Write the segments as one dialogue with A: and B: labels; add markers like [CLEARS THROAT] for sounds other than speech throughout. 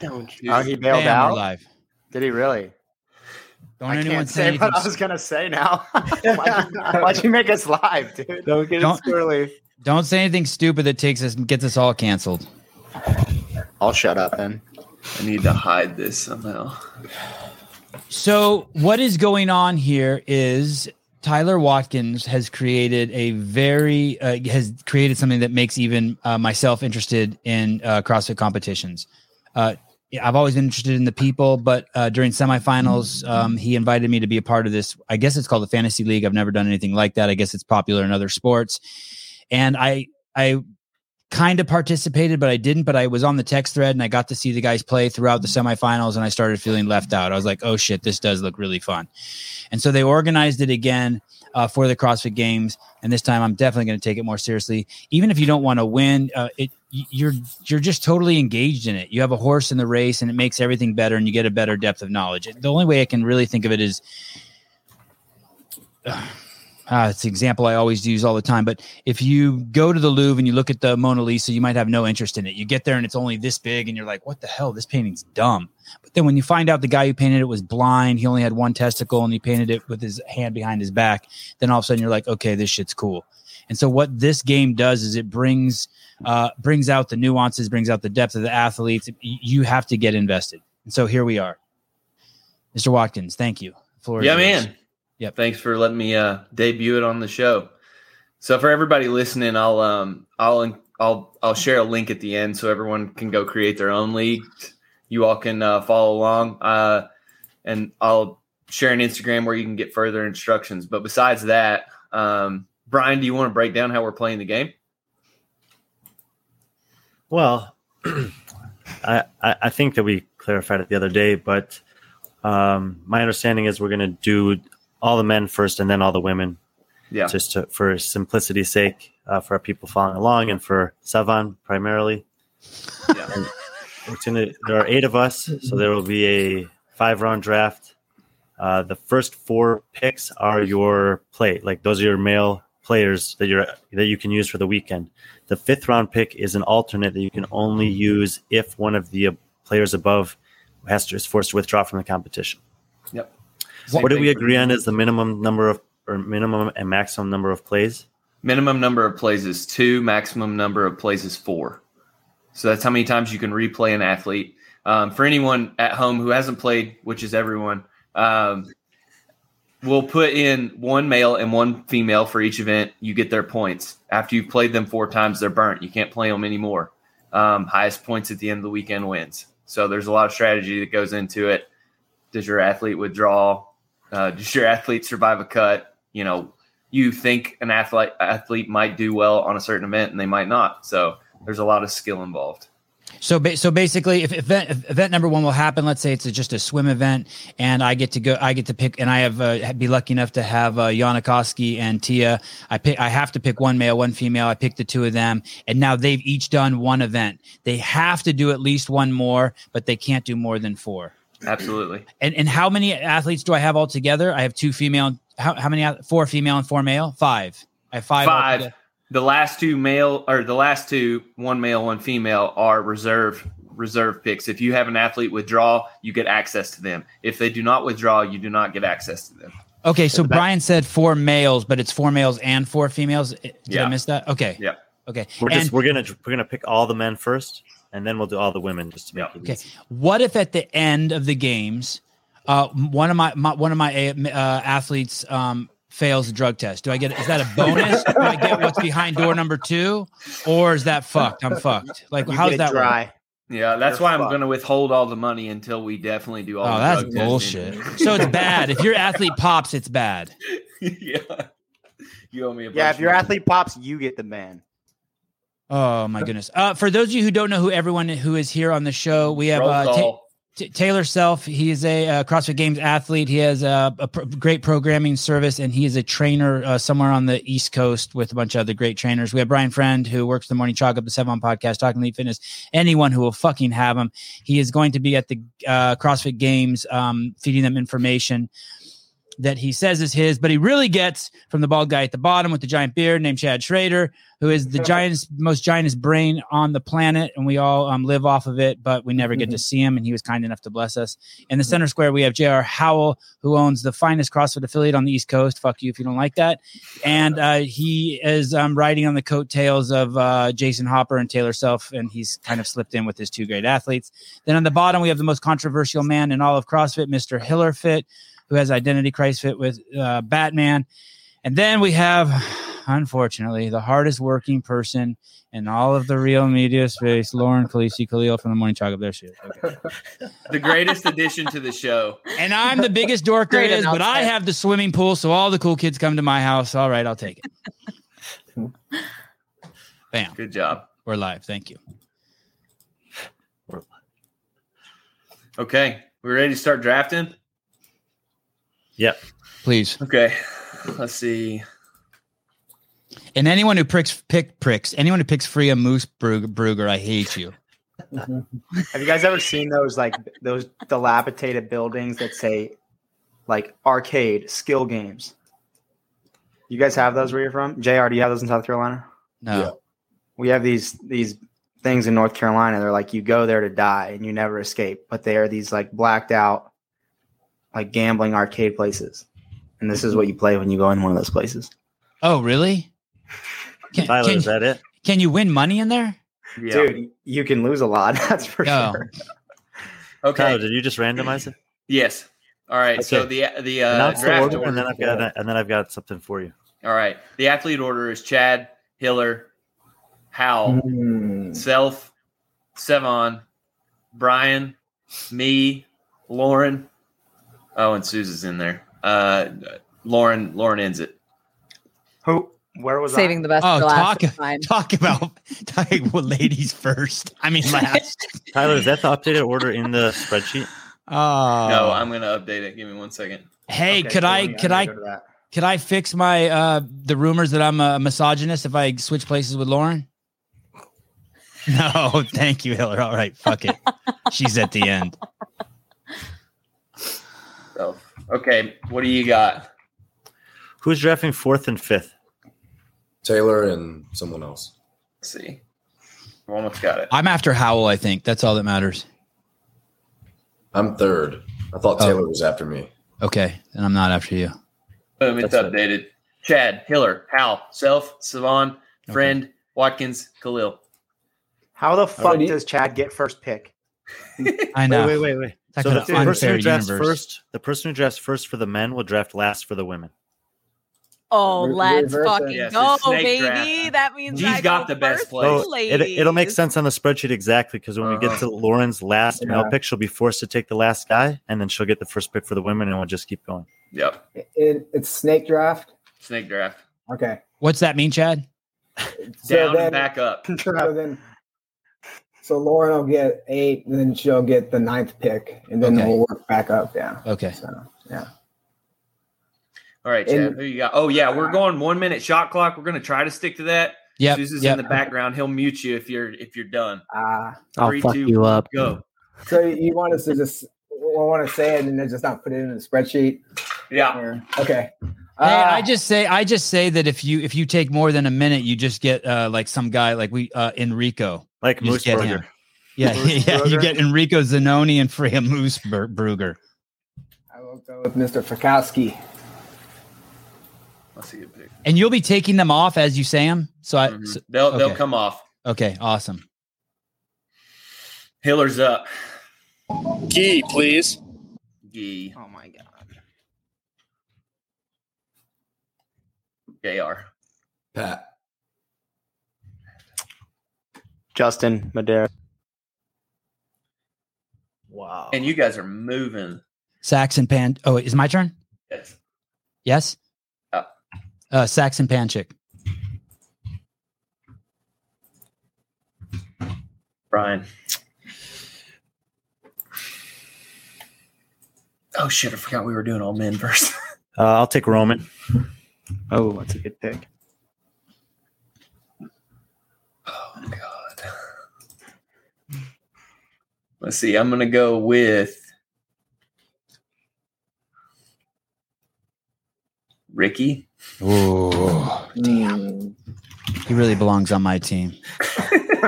A: Don't you?
B: Oh, he bailed
C: Bam, we're
B: out.
C: live.
B: Did he really?
C: Don't
B: I
C: anyone
B: can't
C: say
B: say
C: anything.
B: what I was gonna say now. [LAUGHS] why'd, you, why'd you make us live, dude?
A: Don't get
C: Don't-
A: it squirrely.
C: Don't say anything stupid that takes us gets us all canceled.
B: I'll shut up then.
A: I need to hide this somehow.
C: So what is going on here is Tyler Watkins has created a very uh, has created something that makes even uh, myself interested in uh, CrossFit competitions. Uh, yeah, I've always been interested in the people, but uh, during semifinals, um, he invited me to be a part of this. I guess it's called the fantasy league. I've never done anything like that. I guess it's popular in other sports, and I I kind of participated, but I didn't. But I was on the text thread and I got to see the guys play throughout the semifinals, and I started feeling left out. I was like, oh shit, this does look really fun. And so they organized it again uh, for the CrossFit Games, and this time I'm definitely going to take it more seriously. Even if you don't want to win, uh, it y- you're you're just totally engaged in it. You have a horse in the race, and it makes everything better, and you get a better depth of knowledge. The only way I can really think of it is. Uh, it's an example I always use all the time. But if you go to the Louvre and you look at the Mona Lisa, you might have no interest in it. You get there and it's only this big, and you're like, "What the hell? This painting's dumb." But then when you find out the guy who painted it was blind, he only had one testicle, and he painted it with his hand behind his back, then all of a sudden you're like, "Okay, this shit's cool." And so what this game does is it brings uh, brings out the nuances, brings out the depth of the athletes. Y- You have to get invested. And so here we are, Mr. Watkins. Thank you. Floor is
A: yeah,
C: yours.
A: man.
C: Yep.
A: Thanks for letting me uh, debut it on the show. So for everybody listening, I'll um I'll I'll I'll share a link at the end so everyone can go create their own league. You all can uh, follow along, uh, and I'll share an Instagram where you can get further instructions. But besides that, um, Brian, do you want to break down how we're playing the game?
D: Well, [CLEARS THROAT] I, I I think that we clarified it the other day, but um, my understanding is we're going to do all the men first and then all the women,
A: Yeah.
D: just to, for simplicity's sake, uh, for our people following along and for Savan primarily.
A: Yeah.
D: And it's gonna, there are eight of us, so there will be a five round draft. Uh, the first four picks are your play, like those are your male players that you're that you can use for the weekend. The fifth round pick is an alternate that you can only use if one of the uh, players above has to is forced to withdraw from the competition.
A: Yep.
D: what did
A: thing
D: we
A: for-
D: agree on is the minimum number of or minimum and maximum number of plays?
A: Minimum number of plays is two. Maximum number of plays is four. So that's how many times you can replay an athlete. Um, for anyone at home who hasn't played, which is everyone, um, we'll put in one male and one female for each event. You get their points. After you've played them four times, they're burnt. You can't play them anymore. Um, highest points at the end of the weekend wins. So there's a lot of strategy that goes into it. Does your athlete withdraw? Uh, does your athlete survive a cut? You know, you think an athlete athlete might do well on a certain event and they might not. So there's a lot of skill involved.
C: So, ba- so basically, if event if event number one will happen, let's say it's a, just a swim event, and I get to go, I get to pick, and I have uh, be lucky enough to have uh, Janikowski and Tia. I pick, I have to pick one male, one female. I pick the two of them, and now they've each done one event. They have to do at least one more, but they can't do more than four.
A: Absolutely.
C: And and how many athletes do I have altogether? I have two female. How how many? ath- Four female and four male. Five. I have five.
A: Five.
C: altogether.
A: The last two male or the last two, one male, one female, are reserve reserve picks. If you have an athlete withdraw, you get access to them. If they do not withdraw, you do not get access to them.
C: Okay, so Brian said four males, but it's four males and four females. Did I
A: Yeah.
C: miss that? Okay.
A: Yeah.
C: Okay.
D: We're
C: and
D: just we're gonna we're gonna pick all the men first, and then we'll do all the women just to make
A: Yeah.
D: it
C: Okay.
D: easy.
C: what if at the end of the games, uh, m- one of my, my one of my uh, athletes um, fails the drug test? Do I get is that a bonus? Do I get what's behind door number two, or is that fucked? I'm fucked. Like
B: You
C: how's
B: get
C: that? work?
B: dry.
A: Yeah, that's
B: You're
A: why I'm
B: fucked.
A: going to withhold all the money until we definitely do all.
C: Oh,
A: the
C: that's
A: drug
C: bullshit.
A: testing.
C: so it's bad. If your athlete pops, it's bad.
A: yeah, you owe me a.
B: Yeah, if
A: bunch
B: your
A: of-
B: athlete pops, you get the man.
C: Oh my goodness. Uh, for those of you who don't know who everyone who is here on the show, we have
A: Roll
C: uh, Ta-
A: call.
C: T- Taylor Self, he is a uh, CrossFit Games athlete. He has uh, a pr- great programming service, and he is a trainer uh, somewhere on the East Coast with a bunch of other great trainers. We have Brian Friend, who works the Morning Chalk Up the Seven on podcast, talking elite fitness. Anyone who will fucking have him, he is going to be at the uh, CrossFit Games, um, feeding them information. that he says is his, but he really gets from the bald guy at the bottom with the giant beard named Chad Schrader, who is the giant's most giantest brain on the planet, and we all um, live off of it, but we never get to see him. And he was kind enough to bless us. In the center square, we have J.R. Howell, who owns the finest CrossFit affiliate on the East Coast. Fuck you if you don't like that. And uh, he is um, riding on the coattails of uh, Jason Hopper and Taylor Self, and he's kind of slipped in with his two great athletes. Then on the bottom, we have the most controversial man in all of CrossFit, Mr. Hillerfit, who has identity crisis fit with uh, Batman. And then we have, unfortunately, the hardest working person in all of the real media space, Lauren Khaleesi Khalil from the Morning Chalk up there. She is. Okay.
A: [LAUGHS] The greatest addition to the show.
C: And I'm the biggest dork there
E: Great
C: is, but I
E: announcement.
C: have the swimming pool, so all the cool kids come to my house. All right, I'll take it. Bam,
A: Good job.
C: we're live. Thank you.
A: Okay. We ready to start drafting?
C: Please.
A: Okay. Let's see.
C: And anyone who pricks, pick pricks, anyone who picks free a moose Brug- Bruger, I hate you.
F: Mm-hmm.
B: Have you guys ever seen those like those dilapidated buildings that say like arcade skill games? You guys have those where you're from? JR, do you have those in South Carolina?
C: No.
B: We have these these things in North Carolina. They're like you go there to die and you never escape, but they are these like blacked out like gambling arcade places. And this is what you play when you go in one of those places.
C: Oh, really? Can,
D: Tyler,
C: can,
D: is that it?
C: can you win money in there?
A: Yeah.
B: Dude, you can lose a lot, [LAUGHS] that's for
C: No.
B: sure.
A: okay.
D: Tyler, did you just randomize it?
A: Yes. All right. So the the uh,
D: Announce the
A: draft
D: order,
A: order.
D: and then I've got and then I've got something for you.
A: All right. The athlete order is Chad, Hiller, Howell, Self, Sevon, Brian, me, Lauren. Oh, and Susan's in there. Uh, Lauren. Lauren ends it.
B: Who where was
E: Saving the best
C: Oh, [LAUGHS]
E: for last.
C: talk-
E: is fine.
C: Talk about talk about ladies first. I mean last.
D: [LAUGHS]
C: [LAUGHS]
D: Tyler, is that the updated order in the spreadsheet?
C: Oh
A: No, I'm gonna update it. Give me one second.
B: I?
C: Hey,
B: Okay,
C: could
B: so
C: I
B: let me- let
C: could
B: me
C: I
B: go to that.
C: could I fix my uh the rumors that I'm a misogynist if I switch places with Lauren? [LAUGHS] No, thank you, Hiller. All right, fuck it. She's at the end.
A: So Oh, okay, what do you got?
D: Who's drafting fourth and fifth?
G: Taylor and someone else.
A: Let's see. I've almost got it.
C: I'm after Howell, I think. That's all that matters.
G: I'm third. I thought
C: Oh.
G: Taylor was after me.
C: Okay, and I'm not after you.
A: Boom, it's
D: That's it.
A: updated. Chad, Hiller, Hal, Self, Savon,
C: Okay.
A: Friend, Watkins, Khalil.
B: How the fuck
G: Alrighty.
B: does Chad get first pick?
C: [LAUGHS] I know.
D: Wait, wait, wait, wait.
C: Talk
D: So the
C: about an
D: person
C: unfair
D: who drafts
C: universe.
D: first, the person who drafts first for the men will draft last for the women.
E: Oh,
F: Re-
E: let's
F: reverse it.
E: fucking
A: Yes,
E: go,
A: it's snake
E: baby.
A: draft.
E: That means
A: G's
E: I
A: got
E: go
A: the best
E: first,
A: play.
D: So it, it'll make
E: ladies.
D: sense on the spreadsheet exactly because when we get
A: Uh-huh.
D: to Lauren's last male
F: Yeah.
D: pick, she'll be forced to take the last guy, and then she'll get the first pick for the women, and we'll just keep going.
A: Yep.
F: It, it, it's snake draft.
A: Snake draft.
F: Okay.
C: What's that mean, Chad?
F: So
A: Down
F: then,
A: and back up.
F: [LAUGHS] So then, so Lauren will get eight, and then she'll get the ninth pick, and then
C: Okay.
F: we'll work back up. Yeah.
C: Okay.
F: So
A: All right, Chad.
F: And-
A: who you got? Oh yeah, we're going one minute shot clock. We're gonna try to stick to that.
C: Yep.
A: Susan's
C: yep.
A: in the background. He'll mute you if you're if you're done.
F: uh,
B: I'll
A: Three,
B: fuck
A: two,
B: you up.
A: Go.
F: so you want us to just want to say it and then just not put it in the spreadsheet?
A: Yeah.
F: Or, okay.
C: Hey,
F: Uh,
A: Ah.
C: I just say I just say that if you if you take more than a minute, you just get uh like some guy like we uh Enrico.
D: Like
C: You
D: Moose
C: just get him.
D: Burger.
C: Yeah,
B: Moose
C: [LAUGHS] yeah. You
B: Brugger?
C: get Enrico Zanoni and Freya Moose Bur- Bruger.
F: I will go with Mr. Fakowski.
A: That's a good pick.
C: And you'll be taking them off as you say them. So I
A: Mhm.
C: so-
A: They'll they'll
C: okay.
A: come off.
C: okay, awesome.
A: Hiller's up.
H: Gee, please.
A: Gee.
B: Oh my god.
A: JR.
G: Pat.
B: Justin Madera.
D: Wow.
A: And you guys are moving.
C: Saxon Pan. Oh, is my turn?
A: Yes.
C: Yes.
A: Oh.
C: Uh, Saxon Panchik.
A: Brian. Oh shit, I forgot we were doing all men first. [LAUGHS]
D: Uh, I'll take Roman.
B: Oh, that's a good pick.
A: Oh god. Let's see. I'm gonna go with Ricky.
C: Oh,
F: Damn.
C: he really belongs on my team.
A: [LAUGHS]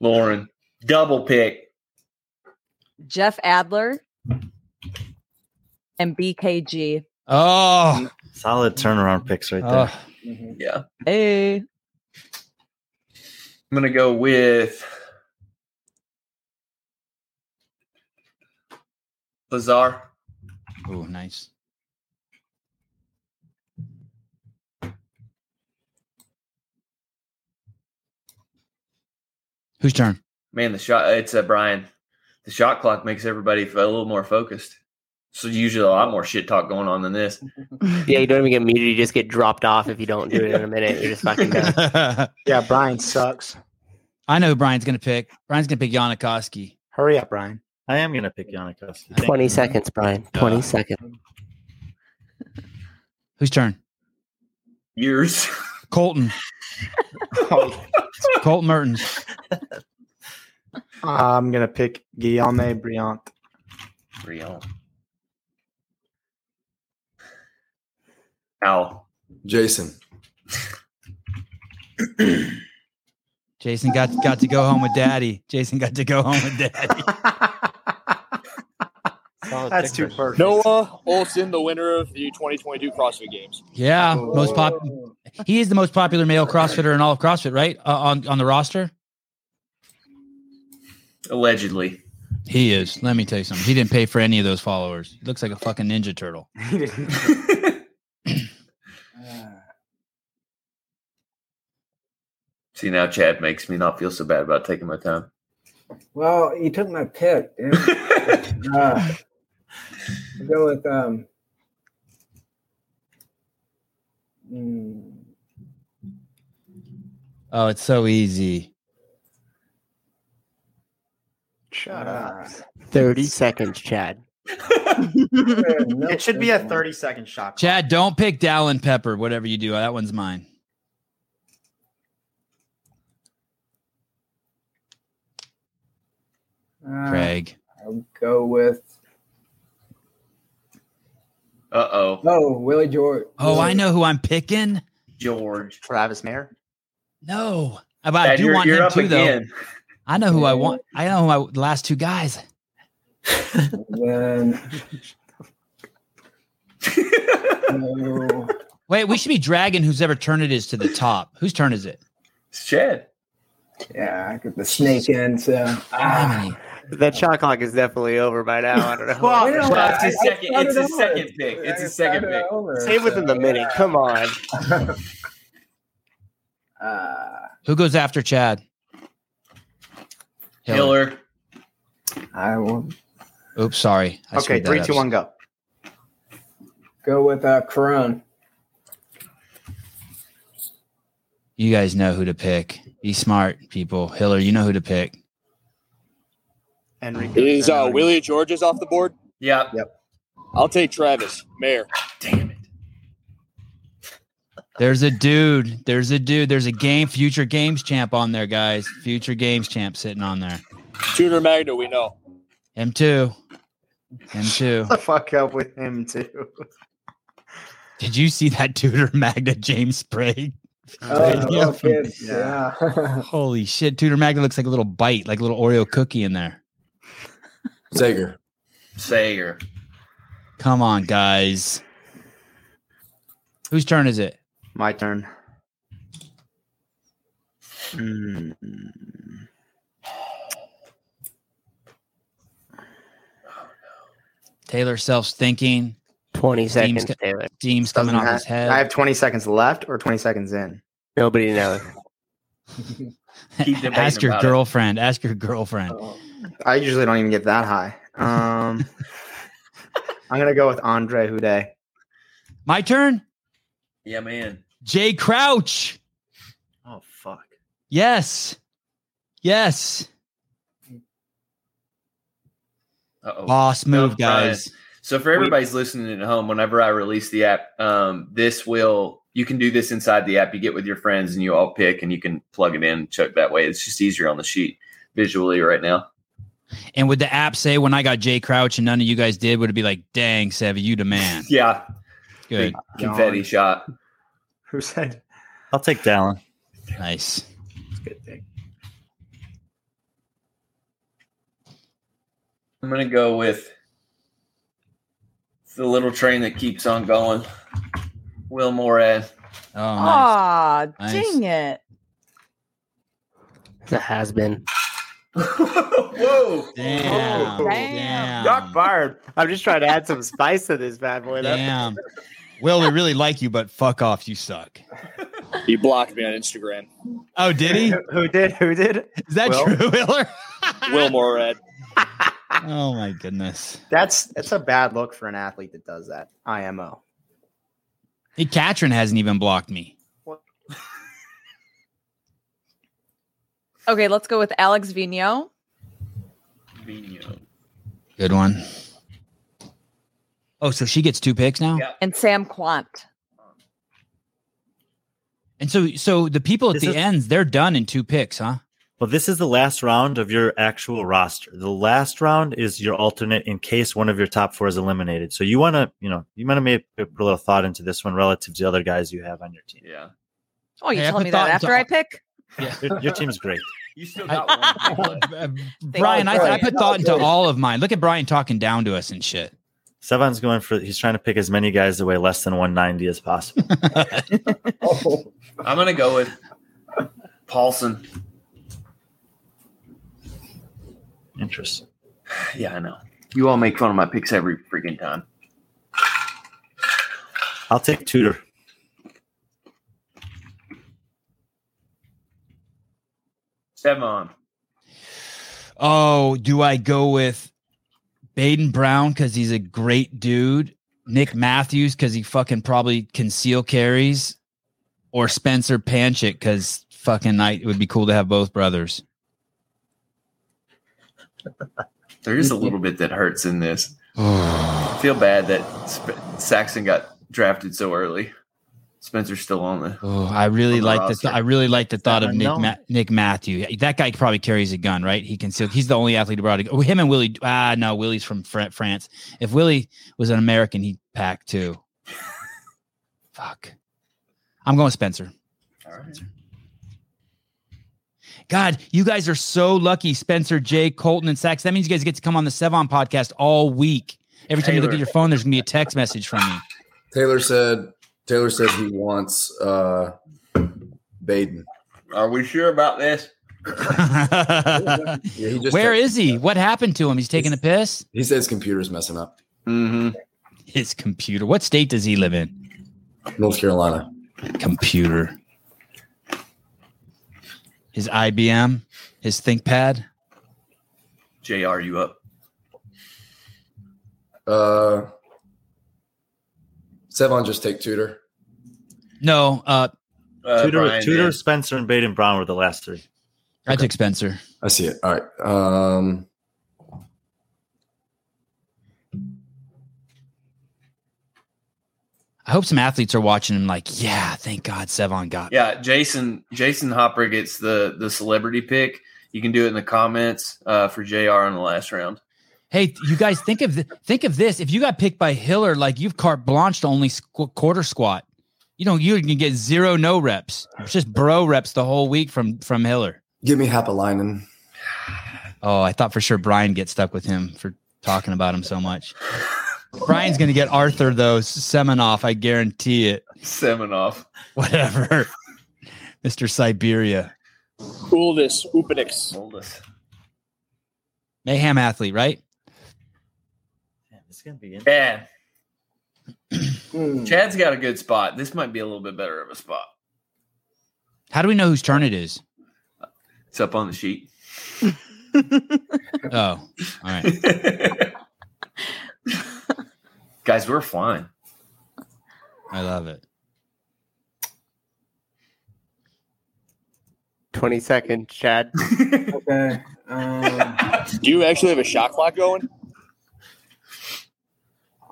A: Lauren. Double pick.
E: Jeff Adler and BKG.
C: Oh,
D: Solid turnaround picks right there.
C: oh.
A: Yeah. I'm
E: Hey,
A: going to go with Lazar.
C: Ooh, nice. Whose turn?
A: Man, the shot, it's uh, Brian. The shot clock makes everybody feel a little more focused. So, usually a lot more shit talk going on than this.
I: [LAUGHS] Yeah, you don't even get muted. You just get dropped off if you don't do it
A: [LAUGHS]
I: in a minute. You're just fucking done.
C: I
B: [LAUGHS] Yeah, Brian sucks.
C: know who Brian's gonna pick. Brian's gonna pick Yanikoski.
B: Hurry up, Brian.
D: I am gonna pick Yannick.
I: 20 seconds, Brian. 20
D: Uh,
I: seconds.
C: Whose turn?
A: Years.
C: Colton.
B: Oh,
C: Colton Mertens.
B: I'm gonna pick Guillaume Briant.
A: Real. Ow.
G: Jason.
C: Jason got got to go home with daddy. Jason got to go home
D: [LAUGHS]
C: with daddy.
A: Oh,
B: That's too perfect.
H: Noah Olson, the winner of the 2022 CrossFit Games.
C: Yeah, most pop. He is the most popular male CrossFitter in all of CrossFit, right? Uh, on on the roster,
A: Allegedly.
C: he is. Let me tell you something. He didn't pay for any of those followers. He looks like a fucking ninja turtle.
A: See, now Chad makes me not feel so bad about taking my time.
F: Well, you took my pick.
A: [LAUGHS]
F: Dude. uh, I'll go with um. mm,
C: [LAUGHS] Oh, it's so easy.
B: Shut up.
I: 30 seconds, Chad.
B: It should be a 30 second shot. clock.
C: Chad, don't pick Dallin Pepper. Whatever you do, that one's mine.
F: Uh,
C: Craig.
F: I'll go with
A: Uh oh.
F: oh Willie George.
C: Oh, I know who I'm picking.
A: George.
B: Travis Mayer.
C: No, but I do want him too, though. I know who I want. I know who I the last two guys.
F: And then. Oh,
C: Wait, we should be dragging whose ever turn it
F: [LAUGHS]
C: is to the top. Whose turn is it?
A: It's Chad.
F: yeah, I got the snake in. So ah,
C: Blimey.
I: That shot clock is definitely over by now. I don't know.
B: Well,
F: you know
A: Well,
F: what?
A: it's his
F: I- I
A: second-
F: started
A: it's his
F: over.
A: second pick. It's
F: I
A: his second
F: started
A: pick.
F: over,
I: Save within
F: so,
I: the minute. Come on.
F: Uh,
C: Who goes after Chad? Hillary.
A: Hiller.
F: I will
C: Oops, sorry. I
B: Okay,
C: screwed that
B: three,
C: up.
B: two, one, go.
F: go with uh, Corone.
C: You guys know who to pick. Be smart, people. Hiller, you know who to pick.
B: Enrique.
H: Is uh, Willie George's off the board?
A: Yeah.
H: I'll take Travis Mayer.
A: Damn it.
C: There's a dude. There's a dude. There's a game, future games champ on there, guys. Future games champ sitting on there.
H: Tuner Magna, we know.
C: M2. M2.
B: the fuck up with him too.
C: Did you see that [LAUGHS] tutor Magna James Sprague?
F: Oh,
C: Yeah.
F: yeah. Kids. yeah. [LAUGHS]
C: Holy shit. Tutor Magna looks like a little bite, like a little Oreo cookie in there.
G: Sager.
A: Sager.
C: Come on, guys. Whose turn is it?
B: My turn.
C: Hmm.
B: Mm.
C: Taylor self's thinking.
I: 20
C: Team's
I: seconds,
C: ca-
I: Taylor.
C: Steam's coming
B: Doesn't
C: off his
B: ha-
C: head.
B: I have 20 seconds left or 20 seconds in.
I: Nobody knows.
A: Keep
C: [LAUGHS]
A: debating
C: ask your
A: about it.
C: girlfriend. Ask your girlfriend.
B: I usually don't even get that high.
I: [LAUGHS]
B: Um, I'm gonna go with Andre Houdet.
C: My turn.
A: Yeah, man.
C: Jay Crouch.
D: Oh fuck.
C: Yes. Yes.
A: Uh oh.
C: Boss move, guys.
A: So for everybody's listening at home, whenever I release the app, um, this will you can do this inside the app. You get with your friends and you all pick and you can plug it in, chuck that way. It's just easier on the sheet visually right now.
C: And would the app say when I got Jay Crouch and none of you guys did, would it be like, dang, Sevy, you the [LAUGHS] man?
A: Yeah.
C: Good.
A: Big confetti shot.
B: Who said?
D: I'll take Dallin.
C: Nice.
B: It's a good thing.
A: I'm gonna go with the little train that keeps on going. Will Morad.
C: Oh, nice.
E: Aw,
C: Nice.
E: dang it.
I: That has
B: [LAUGHS]
I: been.
A: Whoa!
C: Damn.
E: Oh,
C: damn.
E: damn.
I: Not fired. I'm just trying to add some spice to this bad boy. That's-
C: [LAUGHS] Damn. Will, we really like you, but fuck off. You suck.
H: He blocked me on Instagram.
C: Oh, did he?
B: [LAUGHS] Who- Who did? Who did?
C: Is that
B: Will?
C: true, Willer?
H: [LAUGHS] Will Morad.
C: [LAUGHS] Oh, my goodness.
B: That's that's a bad look for an athlete that does that. IMO.
C: Hey, Katrin hasn't even blocked me.
E: Okay, let's go with Alex Vino.
A: Vino.
C: Good one. Oh, so she gets two picks now?
A: Yeah.
E: and Sam Quant.
C: And so so the people at
D: This
C: the
D: is-
C: ends, they're done in two picks, huh?
D: Well, this is the last round of your actual roster. The last round is your alternate in case one of your top four is eliminated. So you want to, you know, you want to maybe put a little thought into this one relative to the other guys you have on your team.
A: Yeah.
E: Oh, you
C: Hey, I
E: telling
C: put
E: me that
C: thought
E: after
C: into-
E: I pick?
D: [LAUGHS] Your, your team's great.
A: You still
C: got [LAUGHS]
A: got one. [LAUGHS]
C: Uh, Brian, I, I put thought into all of mine. Look at Brian talking down to us and shit.
D: Sevan's going for. He's trying to pick as many guys that weigh less than 190 as possible.
F: Oh,
A: I'm gonna [LAUGHS] go with Paulson.
D: Interesting.
A: [SIGHS] Yeah, I know. You all make fun of my picks every freaking time.
D: I'll take Tudor.
A: Devon.
C: Oh, do I go with Baden Brown because he's a great dude? Nick Matthews because he fucking probably conceal carries, or Spencer Panchik because fucking I, it would be cool to have both brothers.
A: There is a little bit that hurts in this. [SIGHS] I feel bad that Sp- Saxon got drafted so early. Spencer's still on the.
C: Oh, I really
A: On the
C: like the
A: roster.
C: th- I really like the thought of
D: not
C: Nick
D: known.
C: Ma- Nick Matthew. That guy probably carries a gun, right? He can still. He's the only athlete abroad. Oh, him and Willie. Ah, no, Willie's from Fran- France. If Willie was an American, he'd pack too. Fuck. I'm going Spencer.
A: All right.
C: God, you guys are so lucky. Spencer, Jay, Colton, and Sax. That means you guys get to come on the Sevon podcast all week. Every time you look
A: Taylor.
C: at your phone, there's gonna be a text message from me.
G: Taylor said Taylor said he wants uh Baden.
A: Are we sure about this?
G: Yeah, he [LAUGHS] just
C: Where is he? What happened to him? He's taking a piss.
G: he said his computer's messing up.
A: Mm-hmm.
C: His computer. What state does he live in?
G: North Carolina.
C: computer. His IBM, his ThinkPad.
A: Jr. You up?
G: Uh Sevon just take Tudor.
C: No, uh,
A: Uh,
D: Tudor,
A: Brian
D: Tudor,
A: did.
D: Spencer, and Baden Brown were the last three.
C: I took Spencer.
G: I see it. All right. Um
C: I hope some athletes are watching him. Like, yeah, thank God Sevon got.
A: Yeah, Jason Jason Hopper gets the the celebrity pick. You can do it in the comments uh, for Jr. on the last round.
C: Hey, you guys, think of th- think of this. If you got picked by Hiller, like you've carte blanche to only squ- quarter squat. You know, you can get zero no reps. It's just bro reps the whole week from from Hiller.
G: give me Hapalainen.
C: Oh, I thought for sure Brian get stuck with him for talking about him so much. Brian's gonna get Arthur though Semenoff. I guarantee it.
A: Semenoff.
C: whatever. [LAUGHS] Mr. Siberia.
H: Uldis Upenix.
A: Oldest.
C: Mayhem athlete, right?
D: Damn, it's gonna be. Interesting. [CLEARS THROAT]
A: Yeah,
F: hmm.
A: Chad's got a good spot. This might be a little bit better of a spot.
C: How do we know whose turn it is?
A: It's up on the sheet.
C: [LAUGHS] Oh, all right.
A: [LAUGHS] Guys, we're flying.
C: I love it.
I: 20 second,
B: [LAUGHS]
I: Chad.
F: Okay. Um,
H: Do you actually have a shot clock going?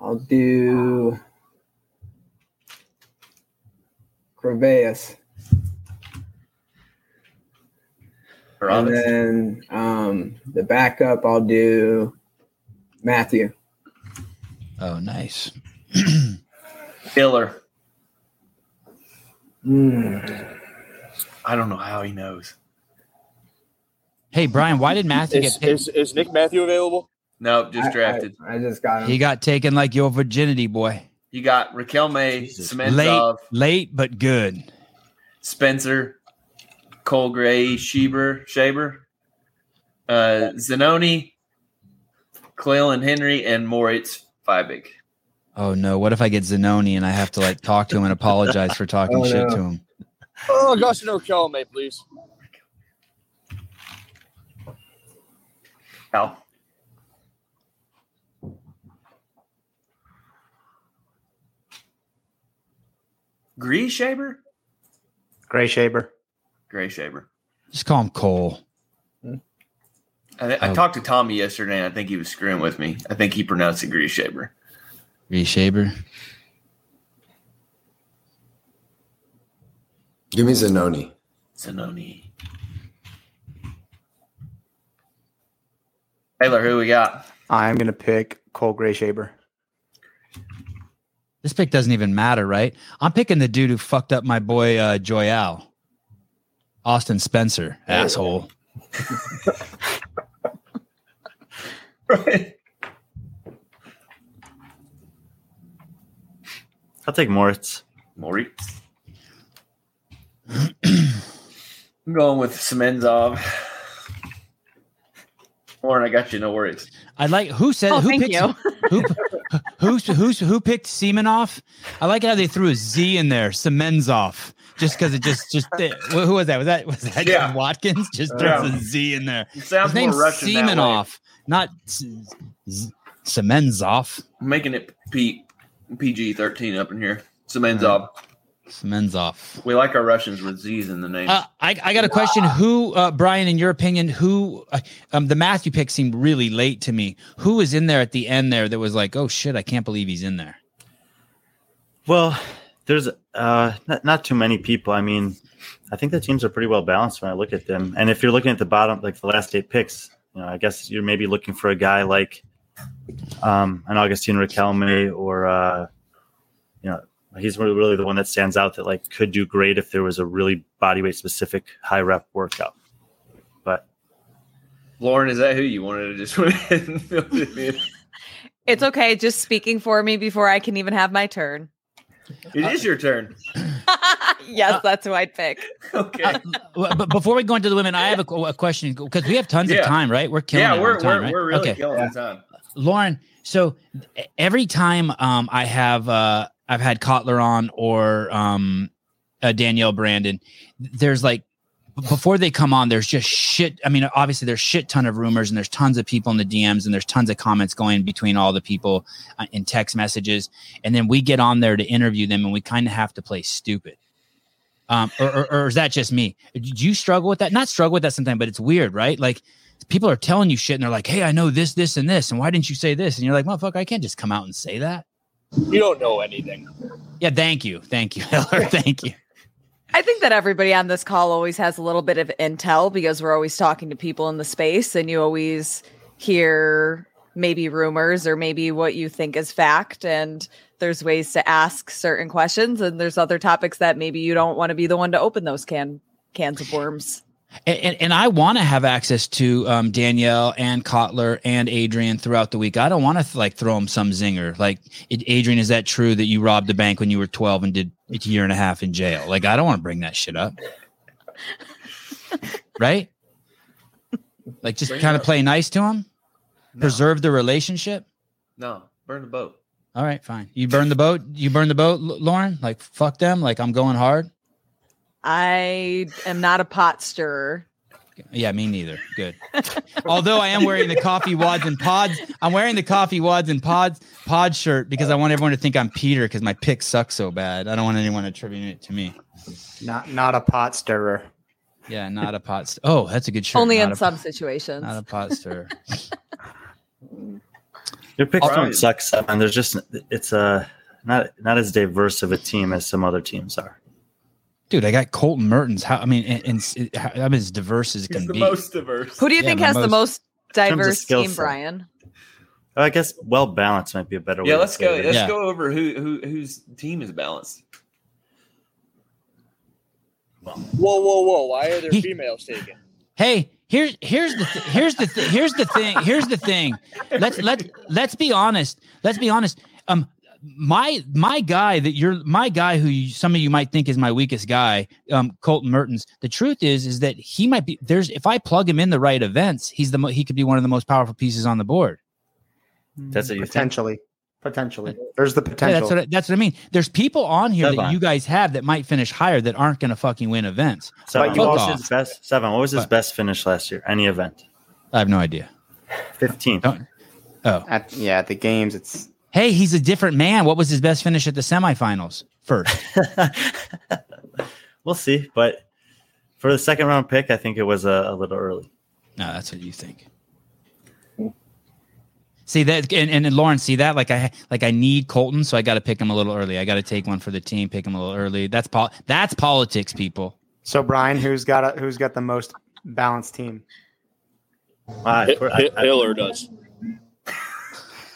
F: I'll do Crevaeus.
A: Or
F: and
A: Onyx.
F: then um, the backup, I'll do Matthew.
C: Oh, nice. [CLEARS THROAT]
A: Killer.
F: Mm.
A: I don't know how he knows.
C: Hey, Brian, why did Matthew
H: Is,
C: get picked?
H: is, is Nick Matthew available?
A: No,
F: I-
A: just
F: I-
A: drafted.
F: I, just got him.
C: He got taken like your virginity, boy.
A: you got Raquel May,
D: Jesus.
A: Samantov,
C: Late, late, but good.
A: Spencer, Cole Gray, Sheber, Shaber, uh, Zanoni, Claylan Henry, and Moritz Feibig.
C: Oh no! What if I get Zanoni and I have to like talk to him and apologize for talking
F: Oh,
C: shit
F: no.
C: to him?
H: Oh, gosh, no, Kel, mate, please.
A: Al. Gree Shaber?
B: Gray Shaber.
A: Gray Shaber.
C: Just call him Cole.
A: I, I
C: Oh.
A: talked to Tommy yesterday, and I think he was screwing with me. I think he pronounced it Gree Shaber.
C: Reshaber.
G: Give me Zanoni.
A: Zanoni. Taylor, who we got?
B: I'm gonna pick Cole Gray Shaber.
C: This pick doesn't even matter, right? I'm picking the dude who fucked up my boy uh, Joyal, Austin Spencer, asshole.
D: I'll take Moritz.
A: Moritz. I'm going with Semenzov. Lauren, I got you. No worries.
C: I like who said
E: Oh,
C: who
E: thank
C: picked
E: you.
C: who who's who's who picked Semenov. I like how they threw a Z in there, Semenzov, just because it just just eh, who who was that? Was that was that
A: Yeah.
C: John Watkins? Just
A: Yeah.
C: throws a Z in there.
A: It Uh, sounds
C: His name's
A: more Russian that way.
C: Semenov, not Z- Z- Semenzov.
A: I'm making it P- PG 13 up in here. Semenzov.
C: Semenzov.
A: We like our Russians with Z's in the name.
C: Uh, I, I got a question. Who, uh, Brian, in your opinion, who, uh, um, the Matthew pick seemed really late to me. Who was in there at the end there that was like, oh shit, I can't believe he's in there?
D: Well, there's uh, not, not too many people. I mean, I think the teams are pretty well balanced when I look at them. And if you're looking at the bottom, like the last eight picks, you know, I guess you're maybe looking for a guy like um, an Augustine Raquelme or, uh, you know, he's really, really the one that stands out that like could do great if there was a really bodyweight specific high rep workout. But
A: Lauren, is that who you wanted to just [LAUGHS] win? it
E: It's okay. Just speaking for me before I can even have my turn. [LAUGHS]
C: Uh,
A: is your turn.
E: yes, that's who I'd pick.
A: Okay.
C: Well, but before we go into the women, I have a, a question because we have tons
A: Yeah.
C: of time, right? We're killing it
A: yeah,
C: on
A: we're,
C: time,
A: we're,
C: right?
A: we're really
C: okay.
A: killing the time.
C: Lauren, so e- every time um, I have uh, I've had Kotler on or um, uh, Danielle Brandon, there's like b- before they come on, there's just shit. I mean, obviously there's shit ton of rumors and there's tons of people in the DMs and there's tons of comments going between all the people uh, in text messages, and then we get on there to interview them and we kind of have to play stupid. Um, or, or, or is that just me? Did you struggle with that? Not struggle with that sometimes, but it's weird, right? Like people are telling you shit and they're like, hey, I know this, this, and this. And why didn't you say this? And you're like, motherfucker, I can't just come out and say that.
H: You don't know anything.
C: Yeah, thank you. Thank you, [LAUGHS] Heller. Thank you.
E: I think that everybody on this call always has a little bit of intel because we're always talking to people in the space and you always hear maybe rumors or maybe what you think is fact and there's ways to ask certain questions and there's other topics that maybe you don't want to be the one to open those can cans of worms.
C: And, and, and I want to have access to um, Danielle and Kotler and Adrian throughout the week. I don't want to like throw them some zinger. Like, "Ad- Adrian, is that true that you robbed a bank when you were 12 and did a year and a half in jail? Like, I don't want to bring that shit
A: [LAUGHS]
C: up. right? Like, just
A: Bring it
C: kind of
A: up.
C: play nice to them,
A: No,
C: preserve the relationship.
A: no, burn the boat.
C: All right, fine. You burn the boat. You burn the boat, L- Lauren. Like fuck them. Like I'm going hard.
E: I am not a pot stirrer.
C: Yeah, me neither. Good. Although I am wearing the coffee wads and pods. I'm wearing the coffee wads and pods pod shirt because I want everyone to think I'm Peter because my pick sucks so bad. I don't want anyone attributing it to me.
B: Not not a pot stirrer.
C: Yeah, not a pot. St- oh, that's a good shirt.
E: Only
C: Not
E: in
C: a-
E: some situations.
C: Not a pot
A: [LAUGHS]
C: stirrer.
D: Your picks
A: All
D: don't
A: right.
D: suck, and uh, there's just it's a not not as diverse of a team as some other teams are.
C: dude, I got Colton Mertens. How I mean, and, and it- how- I'm as diverse as it can
A: He's the
C: be.
A: most diverse.
E: Who do you
C: Yeah,
E: think
C: my
E: has the
C: most-
E: most
D: terms of
E: diverse
D: skill
E: team,
D: set.
E: Brian?
D: I guess well balanced might be a better way.
A: Yeah,
D: to
A: let's
D: say
A: go.
D: it.
A: Let's
C: Yeah.
A: go over who who whose team is balanced.
H: Whoa, whoa, whoa! Why are there
C: He-
H: females taken?
C: Hey, here's here's the th- here's the th- here's the thing here's the thing. Let's let let's be honest. Let's be honest. Um, my my guy that you're my guy who you, some of you might think is my weakest guy, um, Colton Mertens. The truth is is that he might be there's if I plug him in the right events, he's the mo- he could be one of the most powerful pieces on the board.
D: That's what you think.
B: potentially, potentially. There's the
C: Yeah,
B: potential.
C: that's what I, that's what I mean. There's people on here that
D: Devon.
C: you guys have that might finish higher that aren't going to fucking win events.
D: Seven.
B: you
D: What was
C: also-
D: his best? Seven. What was his
C: But-
D: best finish last year? Any event?
C: I have no idea.
D: Fifteenth.
C: Don't- Oh,
B: At- yeah, at the games, it's
C: hey, he's a different man. What was his best finish at the semifinals first?
D: we'll see. But for the second round pick, I think it was uh, a, a little early.
C: No, that's what you think. See that, and, and, and Lauren, see that? Like I, like I need Colton, so I got to pick him a little early. I got to take one for the team, pick him a little early. That's pol- that's politics, people.
B: so Brian. Who's got a, who's got the most balanced team?
D: Wow, I- I- I-
H: Hiller does.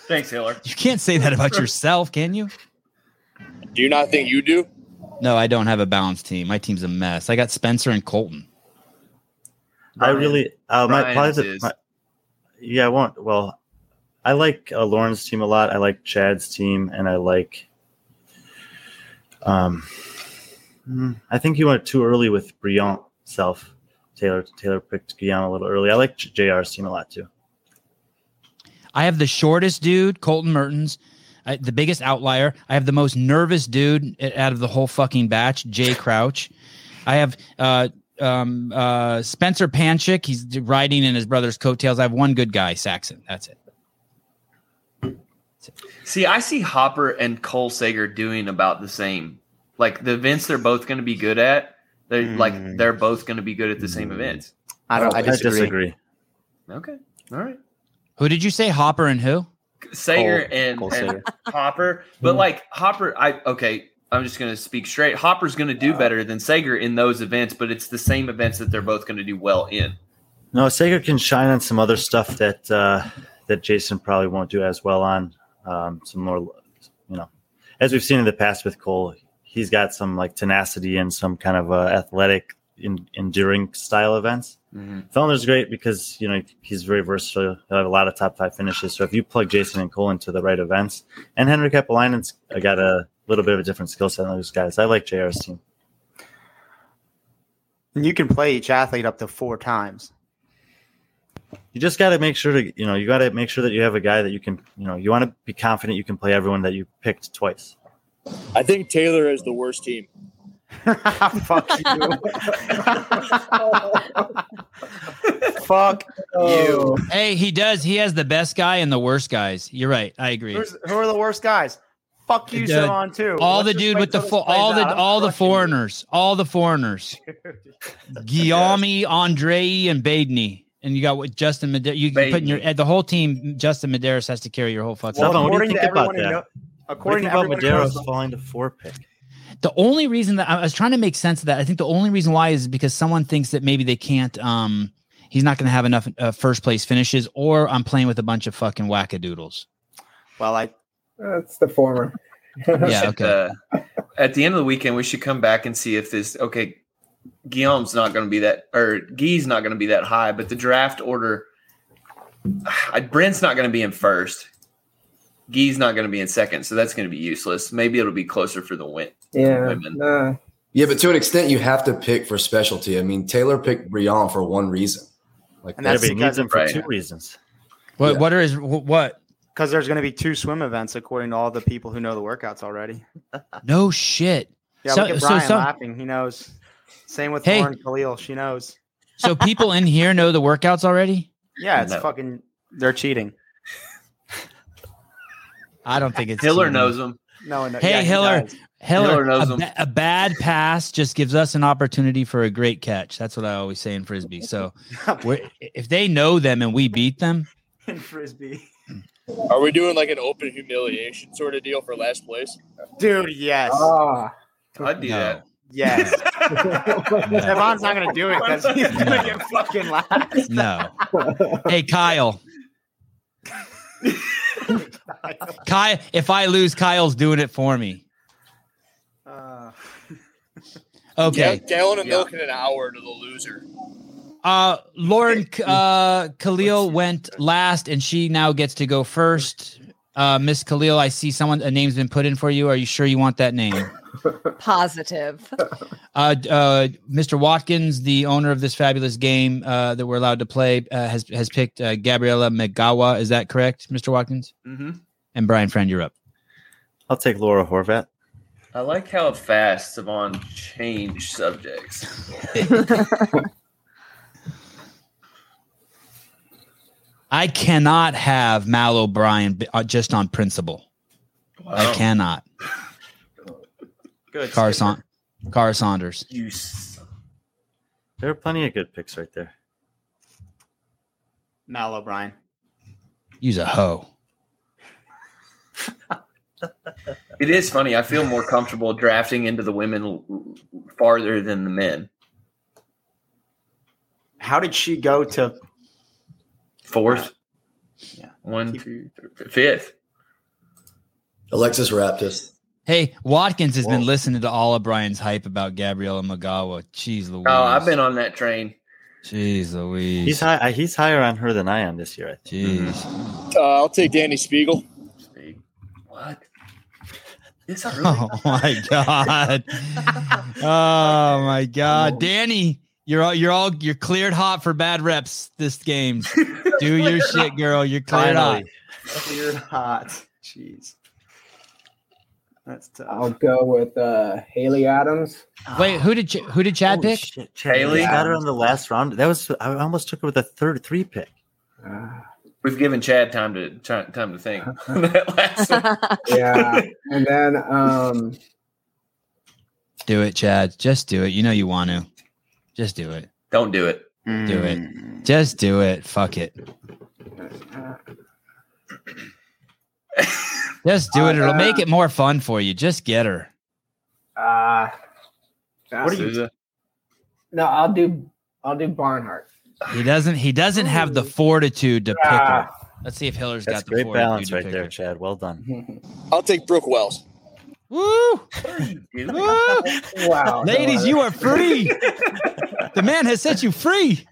A: Thanks, Hiller.
C: You can't say that about yourself, can you?
H: Do you not think you do?
C: No, I don't have a balanced team. My team's a mess. I got Spencer and Colton.
D: I really uh, my,
A: Brian's
D: probably the,
A: is-
D: my- yeah I won't well I like uh, Lauren's team a lot I like Chad's team and I like um mm, I think you went too early with Briant self Taylor Taylor picked Guillaume a little early I like J- JR's team a lot too
C: I have the shortest dude, Colton Mertens, I, the biggest outlier. I have the most nervous dude i- out of the whole fucking batch, Jay Crouch. I have uh, um, uh, Spencer Panchik. He's d- riding in his brother's coattails. I have one good guy, Saxon. That's it.
A: See, I see Hopper and Cole Sager doing about the same. Like the events they're both going to be good at. They're like
B: Mm.
A: they're both going to be good at the same events.
B: I don't. I disagree.
A: Okay. All right.
C: Who did you say? Hopper and who?
A: Sager
B: Cole-
A: and,
B: Cole
A: and
B: Sager.
A: [LAUGHS]
B: Mm.
A: Hopper, but like Hopper, I okay. I'm just going to speak straight. Hopper's going to do better than Sager in those events, but it's the same events that they're both going to do well in.
D: No, Sager can shine on some other stuff that uh, that Jason probably won't do as well on. Um, some more, you know, as we've seen in the past with Cole, he's got some like tenacity and some kind of uh, athletic, in, enduring style events. Fellner's great because you know he's very versatile. He'll have a lot of top five finishes. So if you plug Jason and Cole into the right events, and Henry Kapalainen's got a little bit of a different skill set than those guys. I like Jr's team.
B: And you can play each athlete up to four times.
D: you just got to make sure to you know you got to make sure that you have a guy that you can you know you want to be confident you can play everyone that you picked twice
H: I think Taylor is the
A: [LAUGHS]
H: worst team.
B: Fuck you. [LAUGHS] Fuck you.
C: Hey, he does. He has the best guy and the worst guys. You're right. I agree.
B: Who's, who are the worst guys? Fuck you,
C: Dude,
B: Siobhan, too.
C: all
B: Let's
C: the
B: just
C: dude
B: wait
C: with the
B: till this
C: full,
B: plays
C: all the
B: out. I'm
C: all the
B: fucking-
C: foreigners, all the foreigners, Guillaume, Andre, and Badney, and you got what Justin Medeiros. You can put in your the whole team. Justin Medeiros has to carry your whole fucking.
D: Well, Siobhan, what do you
B: according
D: think
B: to
D: about
B: everyone who
D: that?
B: know-
D: what do
B: According
D: you
B: to
D: think about
B: everyone who knows
D: Madero's falling to four pick
C: the only reason that I was trying to make sense of that, I think the only reason why is because someone thinks that maybe they can't. Um, he's not going to have enough uh, first place finishes, or I'm playing with a bunch of fucking wackadoodles.
B: Well, I
F: That's the former.
C: Yeah,
A: At
C: okay.
A: the- Oh, Uh, at the end of the weekend, we should come back and see if this okay. Guillaume's not going to be that, or Guy's not going to be that high, but the draft order, [SIGHS] I- Brent's not going to be in first. Guy's not going to be in second, so that's going to be useless. Maybe it'll be closer for the win.
F: Yeah.
A: Women.
F: Nah.
G: Yeah, but to an extent, you have to pick for specialty. I mean, Taylor picked Brian for one reason. Like
B: And
D: yeah,
B: that's
D: but he
B: because
D: needs him
B: of-
D: for
A: Right.
D: two reasons
C: What
G: Yeah.
C: what are his wh- what?
B: because there's going to be two swim events according to all the people who know the workouts already.
C: No shit.
B: Yeah,
C: So-
B: look at
C: so
B: Brian
C: some-
B: laughing. He knows. Same with
C: Hey.
B: Lauren Khalil. She knows.
C: So people in here know the workouts already.
B: Yeah, it's
A: No.
B: fucking. They're cheating.
C: I don't think it's
A: Hiller
C: cheating.
A: knows him.
B: No one.
C: Hey,
B: yeah, he
C: Hiller.
B: does.
C: Heller,
A: Hiller knows
C: a,
A: him.
C: ba- a bad pass just gives us an opportunity for a great catch. That's what I always say in frisbee. So we're, if they know them and we beat them,
B: in frisbee.
H: Are we doing like an open humiliation sort of deal for last place?
B: Dude, yes.
F: Ah.
A: I'd do
C: no,
A: that.
B: [LAUGHS] Yes. Devon's not going to do it because he's going to get [LAUGHS] fucking last.
C: [LAUGHS] No. hey, Kyle. Kyle, if I lose, Kyle's doing it for me.
B: Uh,
C: Okay.
H: Yeah, Gallon of milk in an hour to the loser.
C: Uh, Lauren uh, Khalil went last, and she now gets to go first. Uh, Miss Khalil, I see someone a name's been put in for you. Are you sure you want that
D: [COUGHS]
C: name?
E: Positive.
C: Uh, d- uh, Mr. Watkins, the owner of this fabulous game uh, that we're allowed to play, uh, has has picked uh, Gabriella Megawa. Is that correct, Mr. Watkins?
A: hmm
C: And Brian Friend, you're up.
D: I'll take Laura Horvat.
A: I like how fast Savon changed
C: [LAUGHS]
A: subjects. [LAUGHS]
C: I cannot have Mal O'Brien b- uh, just on principle. I
A: Wow.
C: cannot.
A: Good.
C: Car, Saun-
A: skipper.
C: Car Saunders.
A: You s-
D: There are plenty of good picks right there.
B: Mal O'Brien.
C: Use a hoe.
A: It is funny. I feel more comfortable drafting into the women l- l- farther than the men.
B: How did she go to?
A: Fourth.
B: Yeah.
A: One, two, three, fifth.
G: Alexis Raptis.
C: Hey, Watkins has been
D: Whoa.
C: listening to all of Brian's hype about Gabriella Magawa. Jeez Louise.
A: Oh,
C: [LAUGHS]
A: I've been on that train.
C: Jeez Louise.
D: He's high. I- He's higher on her than I am this year. I think.
C: Jeez.
H: Uh, I'll take Danny Spiegel.
A: What? Is that really?
C: Oh my god. oh my
A: [LAUGHS]
C: god, Danny, you're all you're all you're cleared hot for bad reps this
A: [LAUGHS]
C: game. Do your shit, girl. You're cleared hot.
D: Finally.
B: Clear hot. Jeez. That's
F: I'll
B: tough.
F: go with uh, Haley Adams.
C: Wait, who did Ch- who did Chad
D: Holy
C: pick?
D: shit, Chad,
A: Haley?
D: you got her on the last round. That was I almost took her with a third three pick.
F: Uh,
B: Ah.
A: We've given Chad time to ti- time to think. [LAUGHS] that last one.
F: yeah, and then um,
C: Do it, Chad. Just do it. You know you want to. Just do it.
A: Don't do it.
C: Do it. Just do it. Fuck it. Just do it. It'll make it more fun for you. Just get her.
F: uh,
B: What are you-
A: Sousa.
F: no, I'll do I'll do Barnhart.
C: He doesn't. He doesn't have the fortitude to pick her.
F: Ah.
C: Let's see if Hiller's
D: That's
C: got the
D: great
C: fortitude
D: balance
C: to
D: right
C: pick
D: there,
C: her.
D: Chad. Well done.
H: I'll take Brooke Wells.
B: [LAUGHS]
C: Woo!
A: What are you doing?
C: Woo!
F: wow,
C: [LAUGHS] Ladies, you are free. the man has set you free.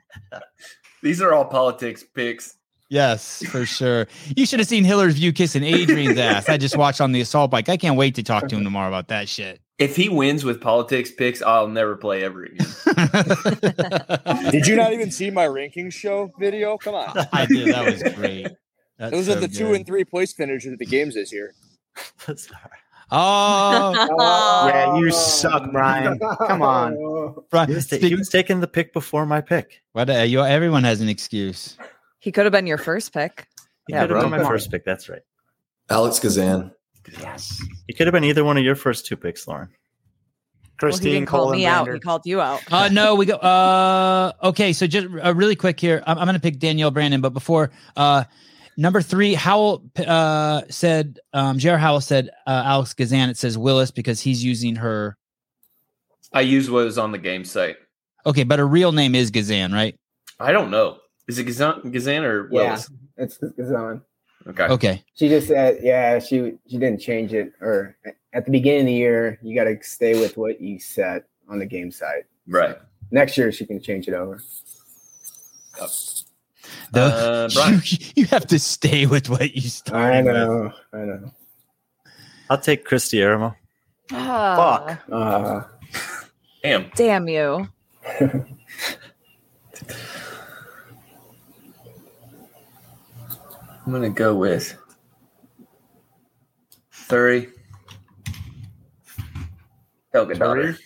A: These are all politics picks.
C: Yes, for sure. You should have seen Hiller's view kissing Adrian's ass. I just watched on the assault bike. I can't wait to talk to him tomorrow about that shit.
A: If he wins with politics picks, I'll never play ever again.
C: I
H: Did you not even see my rankings show video? Come on.
C: did. That was great. That's
H: It was
C: so
H: at the two
C: good.
H: and three place finishers at the games this year.
C: [LAUGHS] Oh,
B: Yeah,
C: [LAUGHS]
B: you suck,
A: [LAUGHS]
B: Brian. Come on.
C: Brian,
D: He was, ta- he
C: speak-
D: was taking the pick before my pick.
C: what? Uh, you, everyone has an excuse.
E: he could have been your first pick.
D: He
E: Yeah,
D: could have been my
G: bro.
D: first pick. That's right.
G: Alex Kazan.
D: He could have been either one of your first two picks, Lauren.
E: Well, he
B: Christine
E: didn't call
B: Cole and
E: me out. He
B: Brander.
E: called you out.
C: Uh, no, we go. Uh, okay, so just uh, really quick here. I'm, I'm going to pick Danielle Brandon, but before uh, number three, Howell uh, said, um, JR Howell said, uh, Alex Gazan, it says Willis because he's using her.
A: I use what is on the game site.
C: Okay, but her real name is Gazan, right?
A: I don't know. Is it Gazan, Gazan or
F: Yeah.
A: Wells?
F: It's, it's on.
A: Okay.
C: Okay.
F: She just said, yeah, she she didn't change it. Or at the beginning of the year, you got to stay with what you set on the game side.
A: Right.
F: Next year, she can change it over.
C: The,
A: Uh, Brian.
C: you, you have to stay with what you
F: I
C: started. with.
F: know, I know.
D: I'll take Christy Aramo.
E: Ah, [SIGHS]
F: Uh,
B: Fuck.
F: [LAUGHS]
A: Damn.
E: Damn you.
A: I'm gonna go with Thurry. Helga daughter.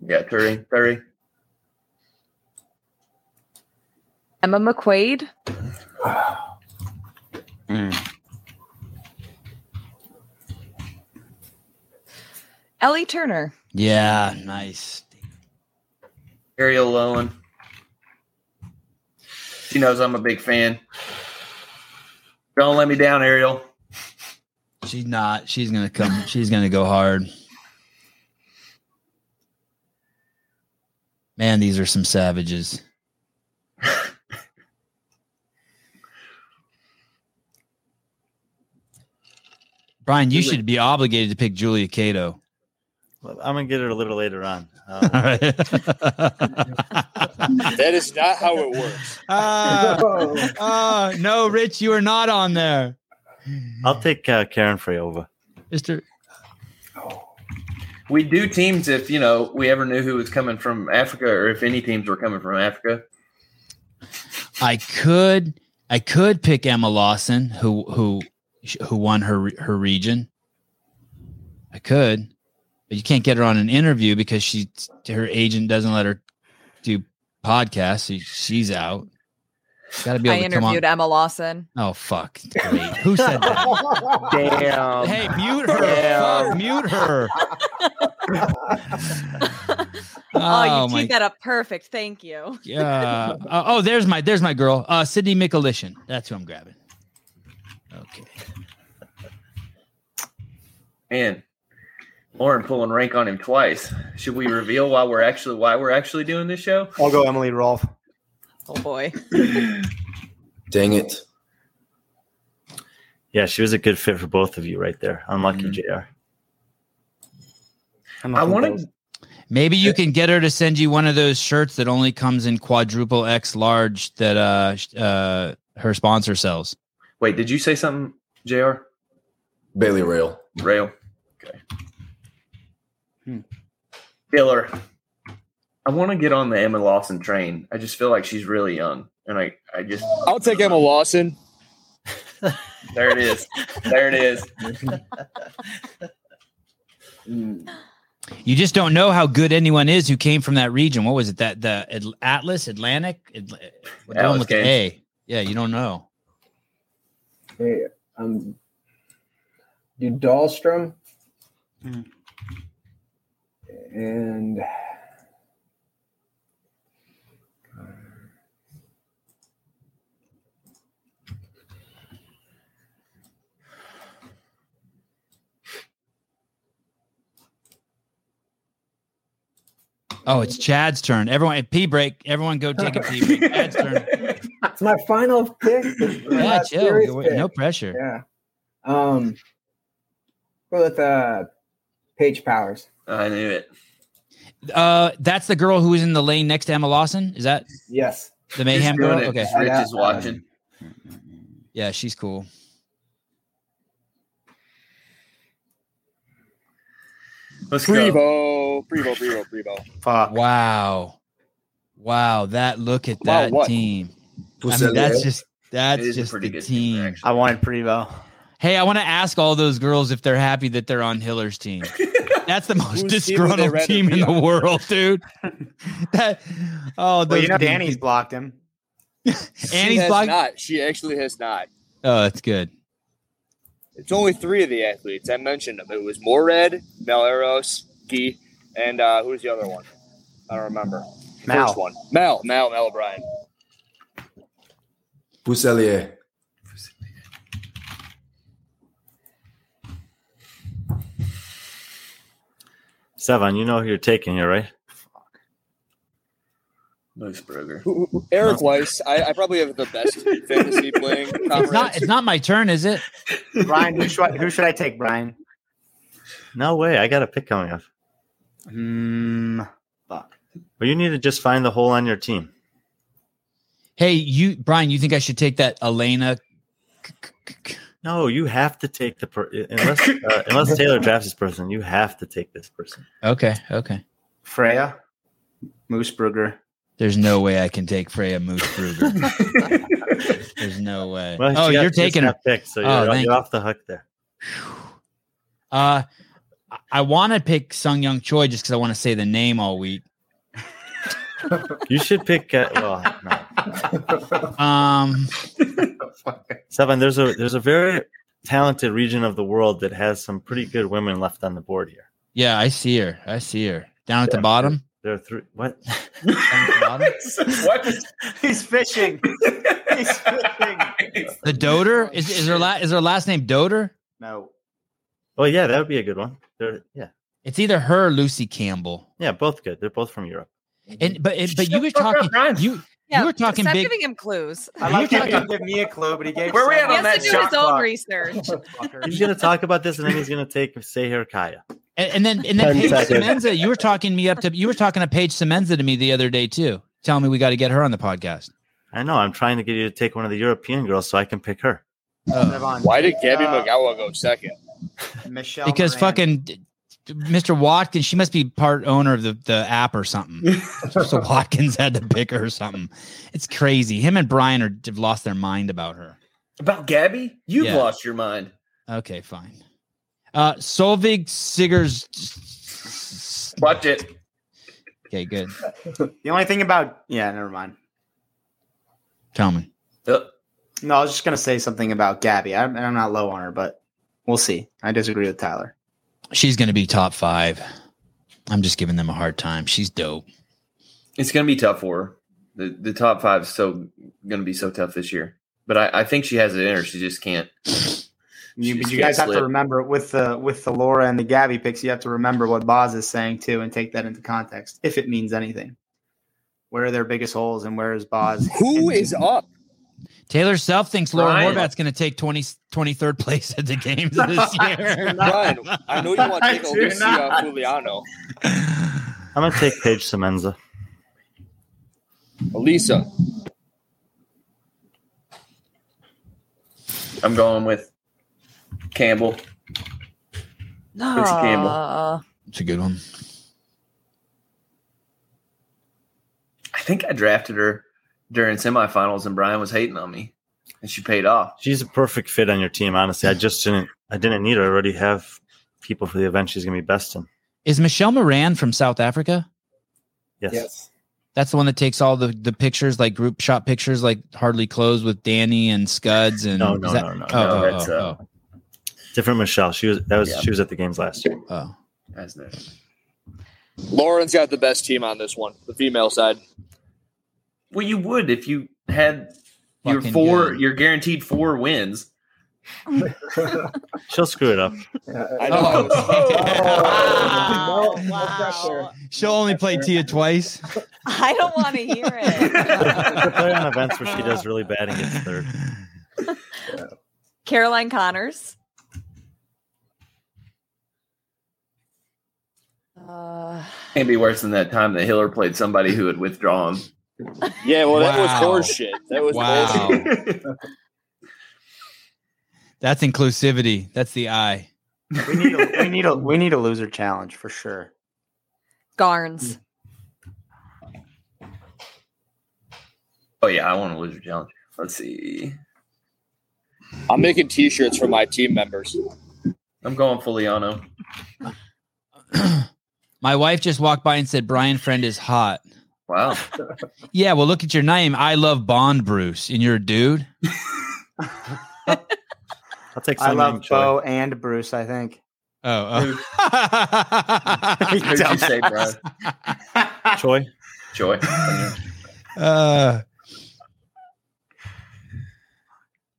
A: Yeah, Thurry. Thurry.
E: Emma McQuaid. Ellie Turner.
C: Yeah, nice.
A: Ariel Lowen. She knows I'm a big fan. Don't let me down, Ariel.
C: She's not. She's gonna come. She's gonna go hard. Man, these are some savages. Brian, you should be obligated to pick Julia [LAUGHS] Cato.
D: I'm gonna get it a little later on. Uh,
C: All right.
H: That is not how it works.
C: Ah,
F: Whoa.
C: ah, no, Rich, you are not on there.
D: [LAUGHS] I'll take uh, Karen Freyova.
C: Mr.
A: We do teams if you know we ever knew who was coming from Africa or if any teams were coming from Africa.
C: I could I could pick Emma Lawson who who who won her her region. I could, but you can't get her on an interview because she her agent doesn't let her do podcasts. So she's out. Got to be
E: I
C: able to come on.
E: interviewed Emma
C: [LAUGHS]
E: Lawson.
C: Oh fuck! Great.
E: [LAUGHS]
C: Who said that?
I: Damn.
C: hey, mute her!
I: Yeah.
C: Fuck, mute her!
E: Oh, you
C: my
E: teed that up perfect. Thank you.
C: Yeah. Uh, oh, there's my there's my girl, uh, Sydney Michelition. That's who I'm grabbing. Okay.
A: [LAUGHS] Man, Lauren pulling rank on him twice. Should we reveal why we're actually why we're actually doing this show?
B: I'll go Emily Rolfe.
E: Oh
A: [LAUGHS]
E: boy.
G: Dang it.
D: Yeah, she was a good fit for both of you right there. Unlucky
F: Mm-hmm.
A: Mhm.
D: JR.
B: I'm
A: I
B: looking
A: want
B: those.
A: to.
C: Maybe you can get her to send you one of those shirts that only comes in quadruple X large that uh sh- uh her sponsor sells.
A: Wait, did you say something, Jr.
G: Bailey Rail.
A: Rail? Okay.
B: Hmm.
A: Killer. I want to get on the Emma Lawson train. I just feel like she's really young, and I I just
H: I'll take Emma Lawson.
A: [LAUGHS] there it is, there it is.
C: You just don't know how good anyone is who came from that region. What was it? That the Atl- Atlas Atlantic, Atl- the one
A: Atlas
C: with the A. Yeah, you don't know.
F: Hey, um, do Dahlstrom
B: Hmm.
F: and
C: Oh, it's Chad's turn. Everyone, pee break. Everyone, go take a pee break. Chad's turn.
F: it's my final
C: [LAUGHS]
F: pick. It's my
C: Yeah,
F: last serious
C: chill.
F: pick.
C: No pressure.
F: Yeah. Um. Go with uh, Paige Powers.
A: I knew it.
C: Uh, that's the girl who was in the lane next to Emma Lawson. Is that
F: Yes.
C: the mayhem girl?
A: Just doing it.
C: Okay,
A: Rich
F: Yeah.
A: is watching. Um,
C: yeah, she's cool.
A: Let's go.
H: Prevo, Prevo, Prevo, Prevo.
B: Fuck.
C: Wow, wow, that look at
H: Wow,
C: that
H: what?
C: team. I
G: Pussy
C: mean, that's
G: Rail.
C: just
A: It
C: that's
A: is a
C: just
A: pretty
C: the
A: good
C: team.
A: team. actually.
B: I wanted Prevo.
C: hey, I want to ask all those girls if they're happy that they're on Hiller's
A: [LAUGHS]
C: team. That's the most
H: Whose team would they
C: disgruntled
H: rather
C: team
H: be
C: in the
H: on? [LAUGHS]
C: world, dude. that oh,
B: Well,
C: those
B: you know,
C: would be-
B: Danny's blocked him.
H: she
C: Annie's
H: has
C: blocked.
H: not. She actually has not.
C: Oh, that's good.
H: It's only three of the athletes. I mentioned them. It was Morad, Meleros, Gee, and uh, who's the other one? I don't remember. First
B: Mal.
H: one. Mel, Mel, Mel O'Brien.
G: Pousselier.
D: Sevan, you know who you're taking here, right?
A: Moose Burger.
H: Who- who- Eric Weiss. I, I probably have the best [LAUGHS] fantasy playing
C: It's not.
H: comrades.
C: It's not my turn, is it?
B: Brian, who should, I, who should I take, Brian?
D: No way. I got a pick coming up.
B: Hmm. fuck.
D: But you need to just find the hole on your team.
C: Hey, you, Brian, you think I should take that Elena?
D: No, you have to take the per- unless uh, unless Taylor drafts this person. You have to take this person.
C: Okay, okay.
B: Freya. Mooseburger.
C: There's no way I can take Freya Moose
H: [LAUGHS]
C: Kruger. There's no way.
D: Well,
C: oh,
D: she got-
C: you're
D: she's
C: taking her.
D: not picked, so
C: Oh,
D: you're,
C: thank
D: you're
C: you.
D: off the hook there.
C: Uh, I- I want to pick Sung Young Choi just because I want to say the name all week.
D: [LAUGHS] You should pick. Uh, well, no.
C: Um,
D: Sevan, there's a there's a very talented region of the world that has some pretty good women left on the board here.
C: yeah, I see her. I see her down at the
D: Yeah.
C: bottom.
D: There are three. What?
C: Down at the bottom.
H: [LAUGHS]
A: what?
B: He's fishing. He's fishing.
C: The Doter is is her la- is her last name Doter?
B: No.
D: Oh yeah, that would be a good one. They're, yeah,
C: It's either her or Lucy Campbell.
D: yeah, both good. They're both from Europe.
C: And but but you were talking you you were talking
E: stop
C: big.
E: giving him clues.
B: I like how you give me a clue, but he gave.
E: [LAUGHS] Where we at
B: Sam
E: on
B: a
E: that
B: clue.
E: He has to do his own shot [LAUGHS] research.
B: Fucker.
D: He's gonna talk about this, and then he's gonna take Seher Kaya.
C: And, and then and
D: Ten
C: then Paige
D: seconds.
C: Semenza, you were talking me up to you were talking to Paige Semenza to me the other day too, telling me we got to get her on the podcast.
D: I know. I'm trying to get you to take one of the European girls so I can pick her.
B: Devon,
H: Why did Gabby
B: uh,
H: Magawa go second?
B: Michelle
C: because
B: Moran. [LAUGHS]
C: fucking d- d- Mr. Watkins, she must be part owner of the, the app or something. so Watkins had to pick her or something. It's crazy. Him and Brian are have lost their mind about her.
A: About Gabby, you've
C: Yeah.
A: lost your mind.
C: Okay, fine. Uh Solvig Siggers.
A: Watch it.
C: Okay, good.
B: [LAUGHS] The only thing about yeah, never mind.
C: Tell me.
A: Uh,
B: No, I was just gonna say something about Gabby. I'm, and I'm not low on her, but we'll see. I disagree with Tyler.
C: She's gonna be top five. I'm just giving them a hard time. She's dope.
A: It's going to be tough for her. The, the top five is so going to be so tough this year. But I, I think she has it in her. She just can't.
B: You, but
A: She's
B: you guys
A: got
B: have to
A: slit.
B: remember with the with the Laura and the Gabby picks, you have to remember what Boz is saying too, and take that into context if it means anything. Where are their biggest holes, and where is Boz?
H: Who is up?
C: Taylor Self thinks Laura
A: Brian.
C: Horvat's going to take 20, 23rd place at the games
H: [LAUGHS]
C: this year.
H: Brian, I know you want to take
B: I do
H: Alicia
B: not.
H: Juliano.
D: I'm gonna take Paige Semenza.
H: Elisa.
A: I'm going with Campbell. Campbell.
E: Aw.
C: It's a good one.
A: I think I drafted her during semifinals, and Brian was hating on me, and she paid off.
D: She's a perfect fit on your team. Honestly, I just didn't. I didn't need her. I already have people for the event. She's gonna be best in.
C: Is Michelle Moran from South Africa?
D: Yes.
F: Yes.
C: That's the one that takes all the, the pictures, like group shot pictures, like hardly closed with Danny and Scuds and
D: No,
C: is
D: no,
C: that-
D: no, no,
C: Oh,
A: no,
C: oh,
A: that's,
C: oh,
A: uh,
D: Different Michelle. She was. That was.
A: Yeah.
D: She was at the games last year.
C: oh, oh.
A: As the
H: Lauren's got the best team on this one, the female side.
A: well, you would if you had your
C: Fucking
A: four,
C: good.
A: your guaranteed four wins.
D: She'll screw it up.
E: [LAUGHS]
H: I know.
E: Wow.
F: No, no pressure.
E: Wow.
C: She'll only play
D: [LAUGHS]
C: Tia twice.
E: I don't want to hear it.
D: Play on events where she does really bad and gets third.
E: Caroline Connors. Uh,
A: Can't be worse than that time that Hiller played somebody who would withdraw him.
H: Yeah, well, that was
C: Wow.
H: horse shit. That was
C: Wow.
H: bullshit.
C: That's inclusivity. That's the I.
B: we need a, we need
A: [LAUGHS]
B: a we need a loser challenge for sure.
E: Garns.
F: Mm.
A: oh yeah, I want to lose your challenge. Let's see.
H: I'm making T-shirts for my team members.
A: I'm going Fuliano.
C: My wife just walked by and said, Brian Friend is hot.
A: Wow.
C: [LAUGHS] Yeah, well, look at your name. I love Bond Bruce, and you're a dude.
D: I'll take.
B: I
D: Simon
B: love
D: and Choi.
B: Bo and Bruce. I think.
C: [LAUGHS] Oh, oh.
A: Who'd you say, Brian?
D: Choi.
A: Joy.
C: uh,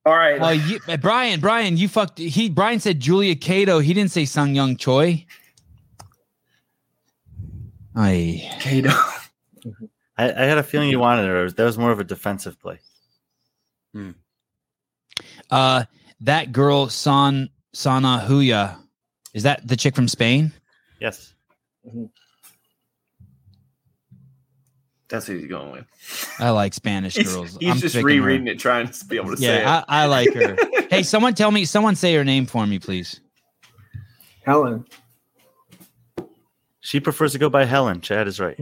A: All right.
C: well, you, uh, Brian, Brian, you fucked. He Brian said Julia Cato. He didn't say Sung Young Choi. I
A: Kato.
D: I, I had a feeling you wanted her. That was more of a defensive play.
C: uh, that girl San Sana Huya. Is that the chick from Spain?
D: Yes.
A: Mm-hmm. That's who he's going with.
C: I like Spanish
A: He's,
C: girls.
A: he's
C: I'm
A: just
C: picking her.
A: rereading it, trying to be able to say it.
C: Yeah, I, I like her. hey, someone tell me. Someone say her name for me, please.
F: Helen.
D: She prefers to go by Helen. Chad is right.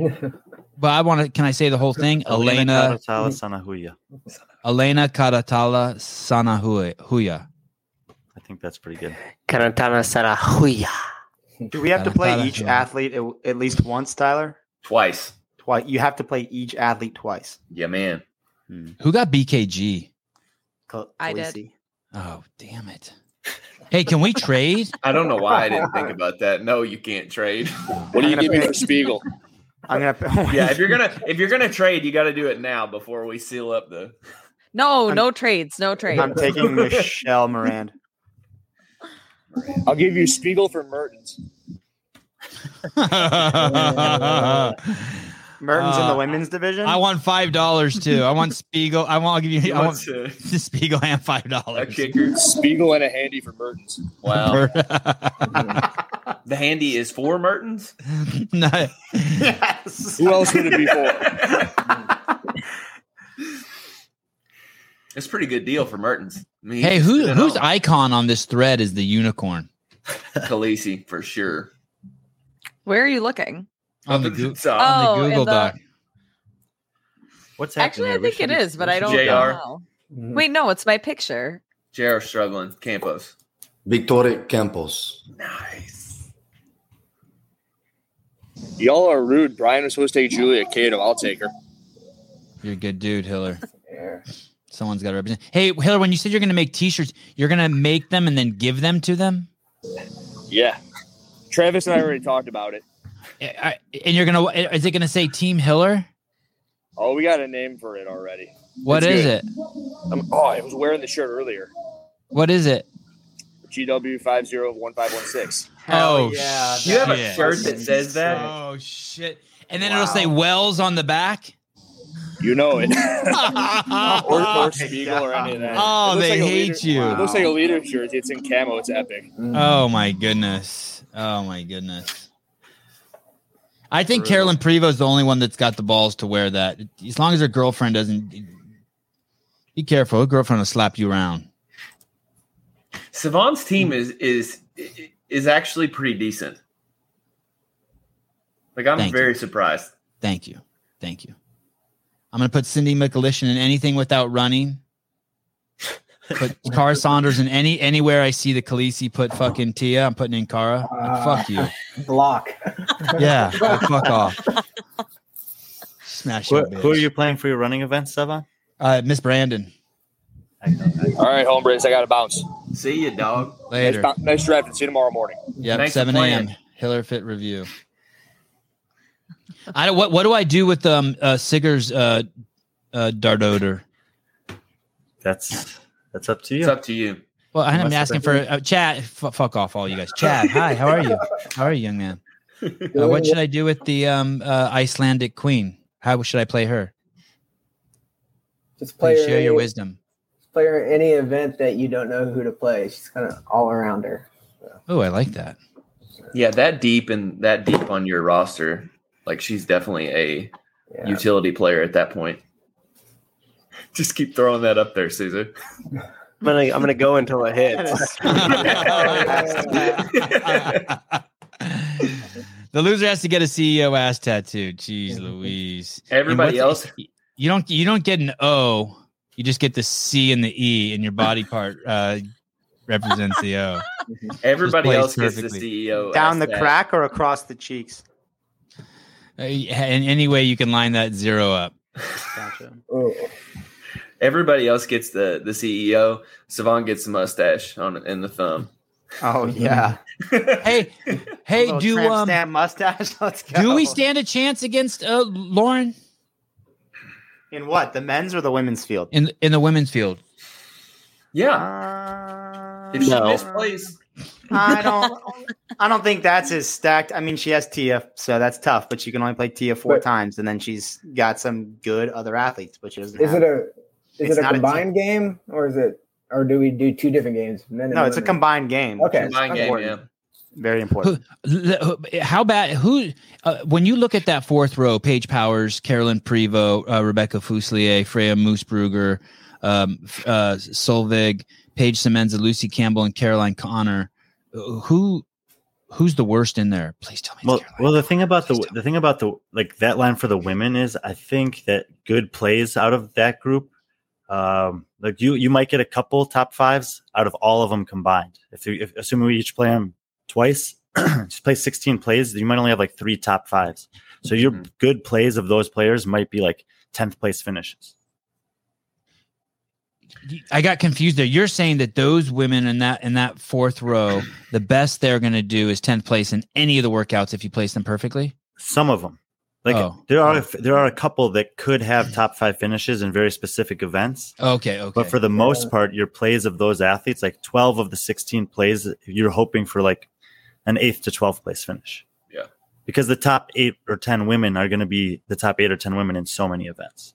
C: But I want to. Can I say the whole thing? Elena.
D: Caratala Sanahuya.
C: Elena Karatala Sanahuya.
D: I think that's pretty good.
I: Kanatana Sarahuya.
B: Do we have to play
C: Tyler,
B: each
C: Tyler.
B: athlete at, at least once, Tyler?
A: Twice.
B: Twice. You have to play each athlete twice.
A: [LAUGHS] Yeah, man.
C: Hmm. Who got BKG?
B: Khal-
E: I did.
B: Khaleesi.
C: Oh, damn it. Hey, can we trade?
A: [LAUGHS] I don't know why I didn't think about that. No, you can't trade.
H: What do you
B: I'm gonna
H: give me
B: pick-
H: for Spiegel?
B: [LAUGHS] I'm
C: [LAUGHS]
B: gonna.
A: [LAUGHS] yeah, if you're gonna if you're gonna trade, you got to do it now before we seal up the.
E: No,
B: I'm-
E: no trades. No trades.
B: I'm taking
E: [LAUGHS]
B: Michelle Moran.
H: I'll give you Spiegel for Mertens.
C: I
B: Mertens in
C: [LAUGHS] Uh,
B: the women's division.
A: [LAUGHS]
C: I want five dollars too. I want Spiegel. I want. I'll give you. I want
A: What's a,
C: [LAUGHS] Spiegel and five
A: a
C: dollars.
A: kicker?
H: Spiegel and a handy for Mertens.
A: Wow. the handy is for Mertens?
C: [LAUGHS] no,
B: yes.
H: Who else would it be for?
A: It's a pretty good deal for Mertens. I mean,
C: Hey,
A: he's
C: who
A: been
C: whose
A: on
C: icon on this thread is the unicorn?
A: Khaleesi for sure.
E: Where are you looking?
C: On the, Goo-
A: [LAUGHS] So,
E: Oh,
C: on the
E: in
C: Google
E: the-
C: Doc.
D: What's happening?
E: Actually, I
D: here? We
E: think it
D: should be-
E: is, but
D: we
E: I
D: should
E: don't
D: be-
A: JR.
E: know.
F: Mm-hmm.
E: Wait, no, it's my picture.
A: JR struggling. Campos.
G: Victoria Campos.
A: Nice.
H: Y'all are rude. Brian was supposed to take Julia Cato. I'll take her.
C: You're a good dude, Hiller.
F: Yeah.
C: Someone's got to represent. Hey, Hiller, when you said you're going to make T-shirts, you're going to make them and then give them to them,
H: Yeah. Travis and I already talked about it.
C: I- I- and you're going to. Is it going to say Team Hiller?
H: Oh, we got a name for it already.
C: What
H: It's
C: is
H: good.
C: it?
H: Um, oh, I was wearing the shirt earlier.
C: What is it?
H: GW501516.
C: Oh,
A: You have a
C: shit.
A: shirt that says that?
C: Oh shit! And then it'll say Wells on the back.
H: You know it. or,
C: oh,
H: or Spiegel or any of that. It looks
C: they
H: like a leader-
C: hate you.
H: It looks like a leader jersey. It's in camo. It's epic.
C: [LAUGHS]
A: Mm.
C: Oh my goodness. Oh my goodness. I think Carolyn Prevo's the only one that's got the balls to wear that. As long as her girlfriend doesn't be careful, her girlfriend will slap you around.
A: Savant's team is is is actually pretty decent. Like I'm
C: Thank
A: very surprised.
C: Thank you. Thank you. I'm gonna put Cindy McAlishan in anything without running. Put Car Saunders in any anywhere I see the Khaleesi put fucking Tia. I'm putting in Cara.
F: Ah.
C: Like, Oh, fuck you.
F: [LAUGHS] Block. [LAUGHS]
C: Yeah. like, fuck off. Smash
D: Who,
C: that bitch.
D: who are you playing for your running event, Stevan?
C: Uh, Miss Brandon.
D: I know, I
H: All right, homebrews. I got to bounce.
A: See you, dog.
H: Nice,
C: Later.
H: bo- nice draft. and See you tomorrow morning.
C: Yep,
A: Thanks for
C: seven a.m.
A: playing.
C: Hiller Fit review. I don't. What What do I do with um uh, Sigur's uh, uh dart odor?
D: That's that's up to
A: It's
D: you.
A: up to you.
C: Well, I'm
D: Unless
C: asking for uh, Chad. F- fuck off, all you guys. Chad, hi. How are you? How are you, young man? Uh, what should I do with the um uh, Icelandic queen? How should I play her?
F: Just play
C: Please
F: her,
C: share
F: any,
C: your wisdom.
F: play her any event that you don't know who to play. She's kind of all around her.
C: Oh, I like that.
A: Yeah, that deep and that deep on your roster, like she's definitely a
F: Yeah.
A: utility player at that point. Just keep throwing that up there, Susan.
I: I'm gonna, I'm gonna go until it hits. [LAUGHS]
C: [LAUGHS] Oh,
A: [LAUGHS]
C: the loser has to get a CEO ass tattoo. Jeez, Louise. And
A: Everybody
C: what's- E?
A: else,
C: you don't you don't get an O. You just get the C and the E, and your [LAUGHS] body part uh, represents the O.
A: [LAUGHS] everybody
C: plays
A: else gets
C: perfectly.
A: the CEO
B: Down the
A: ass
B: crack or across the cheeks?
C: Uh, In any way you can line that zero up.
B: Gotcha.
F: Ooh.
A: tag. Everybody else gets the the CEO. Savant gets the mustache on in the thumb.
B: Oh yeah.
C: Hey, hey,
B: Little
C: do
B: tramp
C: um,
B: stamp mustache. [LAUGHS] Let's go.
C: do we stand a chance against uh, Lauren
B: in what? The men's or the women's field?
C: in in the women's field?
A: Yeah,
B: Uh,
A: if she
I: No.
A: misplays,
B: I don't. I don't think that's as stacked. I mean, she has Tia, so that's tough. But she can only play Tia four
F: But-
B: times, and then she's got some good other athletes, but she doesn't.
F: Is
B: have.
F: it a is it
B: It's
F: a
B: not a team.
F: combined game or is it or do we do two different games? Men and
B: no? It's a
F: women?
B: combined game. which
F: Okay.
B: is
A: mind game.
B: important.
A: Yeah,
B: Very
A: [LAUGHS]
B: important.
C: How bad? Who? Uh, when you look at that fourth row, Paige Powers, Carolyn Prevo, uh, Rebecca Fuselier, Freya Moosbrugger, um, f- uh, Solvig, Paige Semenza, Lucy Campbell, and Caroline Connor. Uh, Who? Who's the worst in there? Please tell me. it's
D: Well,
C: Caroline
D: well, the thing about the
C: Please tell me.
D: the thing about the like that line for the women is, I think that good plays out of that group, um, like you you might get a couple top fives out of all of them combined. If, you, if assuming we each play them twice, [CLEARS THROAT] just play sixteen plays, you might only have like three top fives. So your
A: Mhm.
D: good plays of those players might be like tenth place finishes.
C: I got confused there. You're saying that those women in that in that fourth row, the best they're going to do is tenth place in any of the workouts if you place them perfectly.
D: Some of them, like
C: Oh.
D: there are there are a couple that could have top five finishes in very specific events.
C: Okay, okay.
D: But for the most part, your plays of those athletes, like 12 of the 16 plays, you're hoping for like an eighth to 12th place finish.
A: Yeah.
D: because the top eight or ten women are going to be the top eight or ten women in so many events.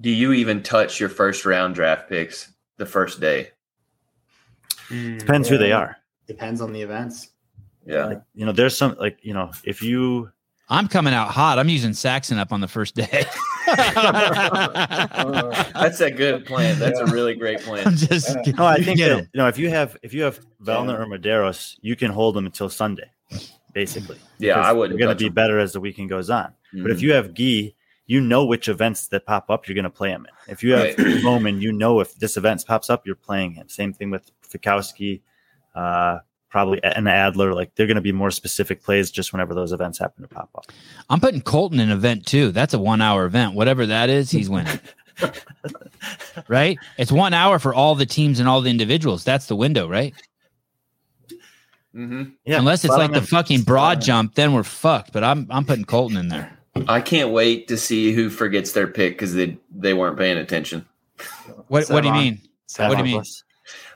A: Do you even touch your first round draft picks the first day?
D: Depends who they
B: [LAUGHS]
D: are.
B: Mm, Depends on the events.
A: Yeah.
D: Like, you know, there's some like you know if you
C: I'm coming out hot. I'm using Saxon up on the first day. [LAUGHS]
A: [LAUGHS] That's a good plan. That's a really great
C: I'm
A: plan.
C: [LAUGHS] just
D: no, I think
C: get
D: that,
C: him.
D: you know if you have if you have Velna or Maderos, you can hold them until Sunday, basically.
A: Yeah, I wouldn't.
D: You're going
A: touch
D: to be
A: Mm-hmm. them.
D: better as the weekend goes on. But if you have Guy, you know which events that pop up, you're going to play him in. If you have [CLEARS THROAT] Roman, you know if this event pops up, you're playing him. Same thing with Fikowski, uh, probably an Adler. Like they're going to be more specific plays just whenever those events happen to pop up.
C: I'm putting Colton in event two. That's a one hour event. Whatever that is,
D: [LAUGHS]
C: he's winning. right? It's one hour for all the teams and all the individuals. That's the window, right?
A: hmm
D: Yeah,
C: Unless it's
D: slot
C: like
D: him
C: the
D: in.
C: fucking broad jump, then we're fucked. But I'm I'm putting Colton in there.
A: I can't wait to see who forgets their pick because they they weren't paying attention.
C: What what do you
B: Savon.
C: mean? What do you mean?
D: Plus.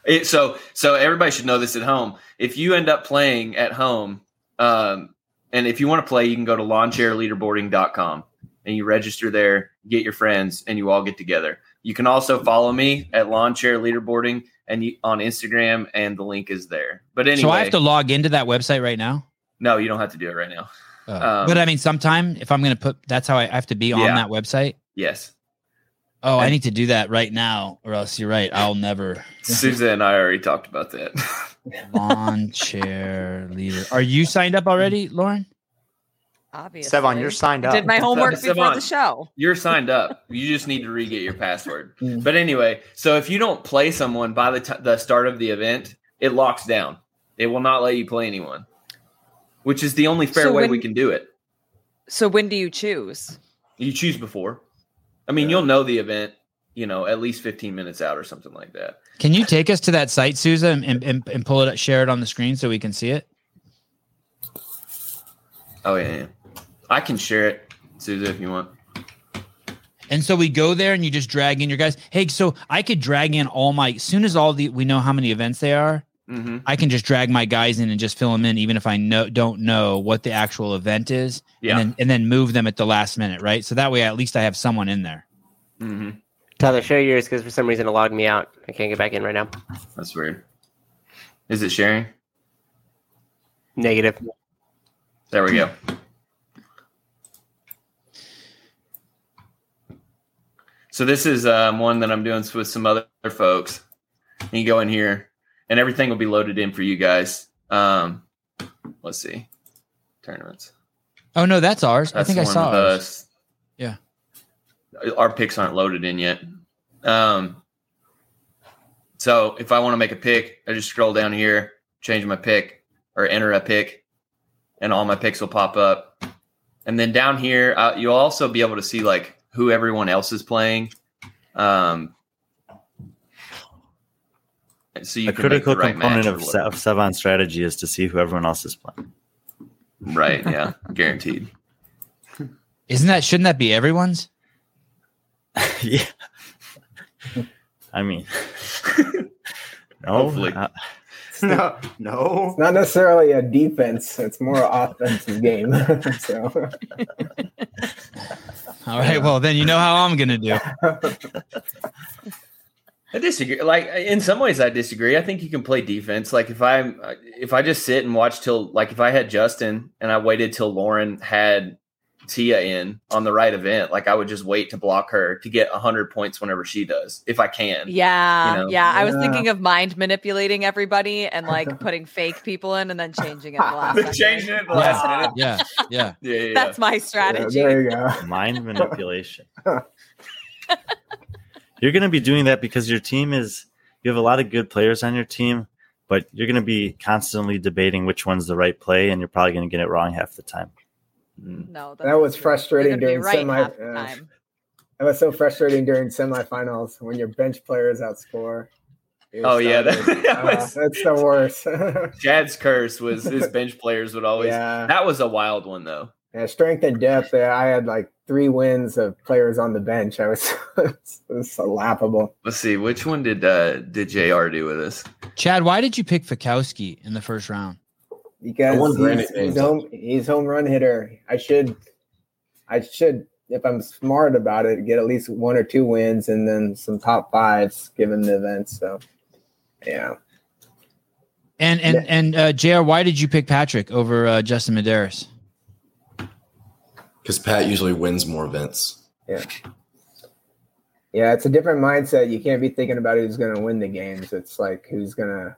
A: It, so so everybody should know this at home. If you end up playing at home, um, and if you want to play, you can go to lawnchairleaderboarding.com and you register there, get your friends, and you all get together. You can also follow me at Lawn Chair Leaderboarding and you, on Instagram, and the link is there. But anyway,
C: So I have to log into that website right now.
A: no, you don't have to do it right now.
C: Oh.
A: Um,
C: but I mean, sometime if I'm going to put, that's how I, I have to be on
A: Yeah.
C: that website.
A: Yes,
C: Oh, I
A: And-
C: need to do that right now, or else you're right. I'll never [LAUGHS]
A: Susan and I already talked about that.
C: lawn chair leader. Are you signed up already, Lauren?
E: Obviously.
B: Sevon, you're signed
E: I
B: up.
E: did my homework
A: Sevon.
E: before the
A: [LAUGHS]
E: show.
A: You're
E: [LAUGHS]
A: signed up. You just need to re-get
C: [LAUGHS]
A: your password.
F: Mm.
A: But anyway, so if you don't play someone by the t- the start of the event, it locks down. It will not let you play anyone, which is the only fair
E: So
A: way
E: when-
A: we can do it.
E: So when do you choose?
A: You choose before. I mean, you'll know the event, you know, at least 15 minutes out or something like that.
C: Can you take us to that site, Sousa, and, and, and, and pull it up, share it on the screen so we can see it?
A: Oh yeah, yeah. I can share it, Susan, if you want.
C: And so we go there and you just drag in your guys. Hey, so I could drag in all my, soon as all the, we know how many events they are,
A: Mm-hmm.
C: I can just drag my guys in and just fill them in, even if I know don't know what the actual event is, and
A: Yeah.
C: then, and then move them at the last minute, right? So that way, at least I have someone in there.
A: hmm
I: Tyler, share yours because for some reason it logged me out. I can't get back in right now.
A: That's weird. Is it sharing?
I: Negative.
A: There we go. So this is um, one that I'm doing with some other folks. You go in here, and everything will be loaded in for you guys. Um, let's see, tournaments.
C: Oh no, that's ours. I
A: That's
C: think I
A: the one
C: saw
A: with
C: ours.
A: us.
C: Yeah.
A: Our picks aren't loaded in yet. Um, so if I want to make a pick, I just scroll down here, change my pick, or enter a pick, and all my picks will pop up. And then down here, uh, you'll also be able to see like who everyone else is playing. Um, so you
D: A
A: can make
D: critical
A: the right
D: component
A: match
D: of,
A: or
D: Se- of Sevon's strategy is to see who everyone else is playing.
A: whatever. right? Yeah, guaranteed.
C: Isn't that shouldn't that be everyone's? [LAUGHS]
D: yeah. [LAUGHS] I
A: [LAUGHS]
D: mean, no,
A: Hopefully.
D: uh,
B: no, [LAUGHS] no.
F: It's not necessarily a defense; it's more an offensive game. [LAUGHS] so,
C: All right. Well, then you know how I'm gonna do.
A: I disagree. Like in some ways, I disagree. I think you can play defense. Like if I am if I just sit and watch till like if I had Justin and I waited till Lauren had Tia in on the right event, like I would just wait to block her to get hundred points whenever she does, if I can.
E: Yeah.
A: You know.
E: yeah. I was
F: Yeah.
E: thinking of mind manipulating everybody and
F: [LAUGHS]
E: like putting fake people in and then changing it. at The last
A: They
E: second.
A: changed it at the last
E: Ah,
A: minute.
C: Yeah, yeah.
A: [LAUGHS] Yeah, yeah, yeah.
E: That's my
F: yeah,
E: strategy.
F: there
E: [LAUGHS]
F: you go.
D: mind manipulation. you're going to be doing that because your team is you have a lot of good players on your team, but you're going to be constantly debating which one's the right play, and you're probably going to get it wrong half the time.
E: no, that's not
F: That was
E: true. You're
F: frustrating
E: gonna be
F: during
E: right
F: semi-
E: half the
F: uh,
E: time.
F: That was so frustrating during semifinals when your bench players outscore. your
A: Oh, yeah, that-
F: starters.
A: [LAUGHS] that
F: Uh,
A: was-
F: that's the worst. [LAUGHS]
A: Chad's curse was his bench players would always.
F: yeah.
A: That was a wild one though.
F: yeah, strength and depth. uh, I had like three wins of players on the bench. I was, [LAUGHS] it was so laughable.
A: Let's see which one did uh, did Jr. do with us.
C: Chad, why did you pick Fakowski in the first round?
F: because
G: won Granite
F: he's,
G: Games.
F: he's home he's home run hitter. I should I should if I'm smart about it get at least one or two wins and then some top fives given the event. So yeah,
C: And and and uh, Jr. Why did you pick Patrick over uh, Justin Medeiros?
G: Because Pat usually wins more events.
F: yeah, it's a different mindset. You can't be thinking about who's going to win the games. It's like who's going to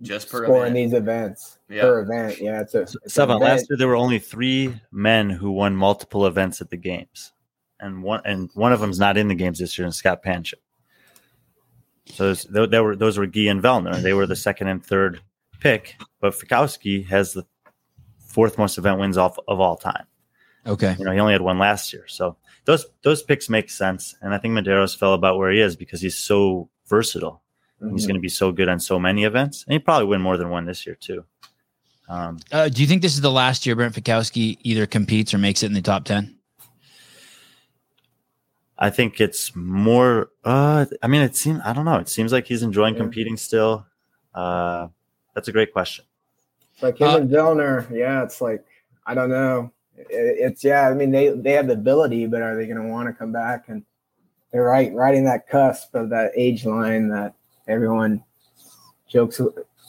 A: Just per
F: score in
A: event.
F: these events
A: Yeah.
F: per event. Yeah, it's a it's an
D: Seven. Last
F: event.
D: year, there were only three men who won multiple events at the games, and one and one of them's not in the games this year, and Scott Panchip. So those, tho- that were those were Guy and Vellner. They were the second and third pick, but Fikowski has the fourth most event wins off of all time.
C: Okay.
D: You know, he only had one last year, so those those picks make sense. And I think Medeiros fell about where he is because he's so versatile. He's
F: Mhm.
D: going to be so good on so many events, and he probably win more than one this year too. Um,
C: Uh, do you think this is the last year Brent Fikowski either competes or makes it in the top ten?
D: I think it's more. Uh, I mean, it seems. I don't know. It seems like he's enjoying
F: Yeah.
D: competing still. Uh, that's a great question.
F: It's like him
C: Uh,
F: and Villner. Yeah, it's like I don't know. It- it's yeah. I mean, they they have the ability, but are they going to want to come back? And they're right, right in that cusp of that age line that everyone jokes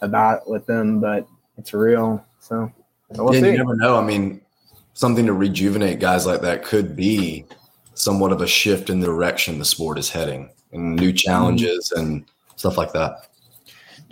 F: about with them, but it's real. So so we'll
G: yeah,
F: see.
G: you never know. I mean, something to rejuvenate guys like that could be somewhat of a shift in the direction the sport is heading and new challenges and stuff like that.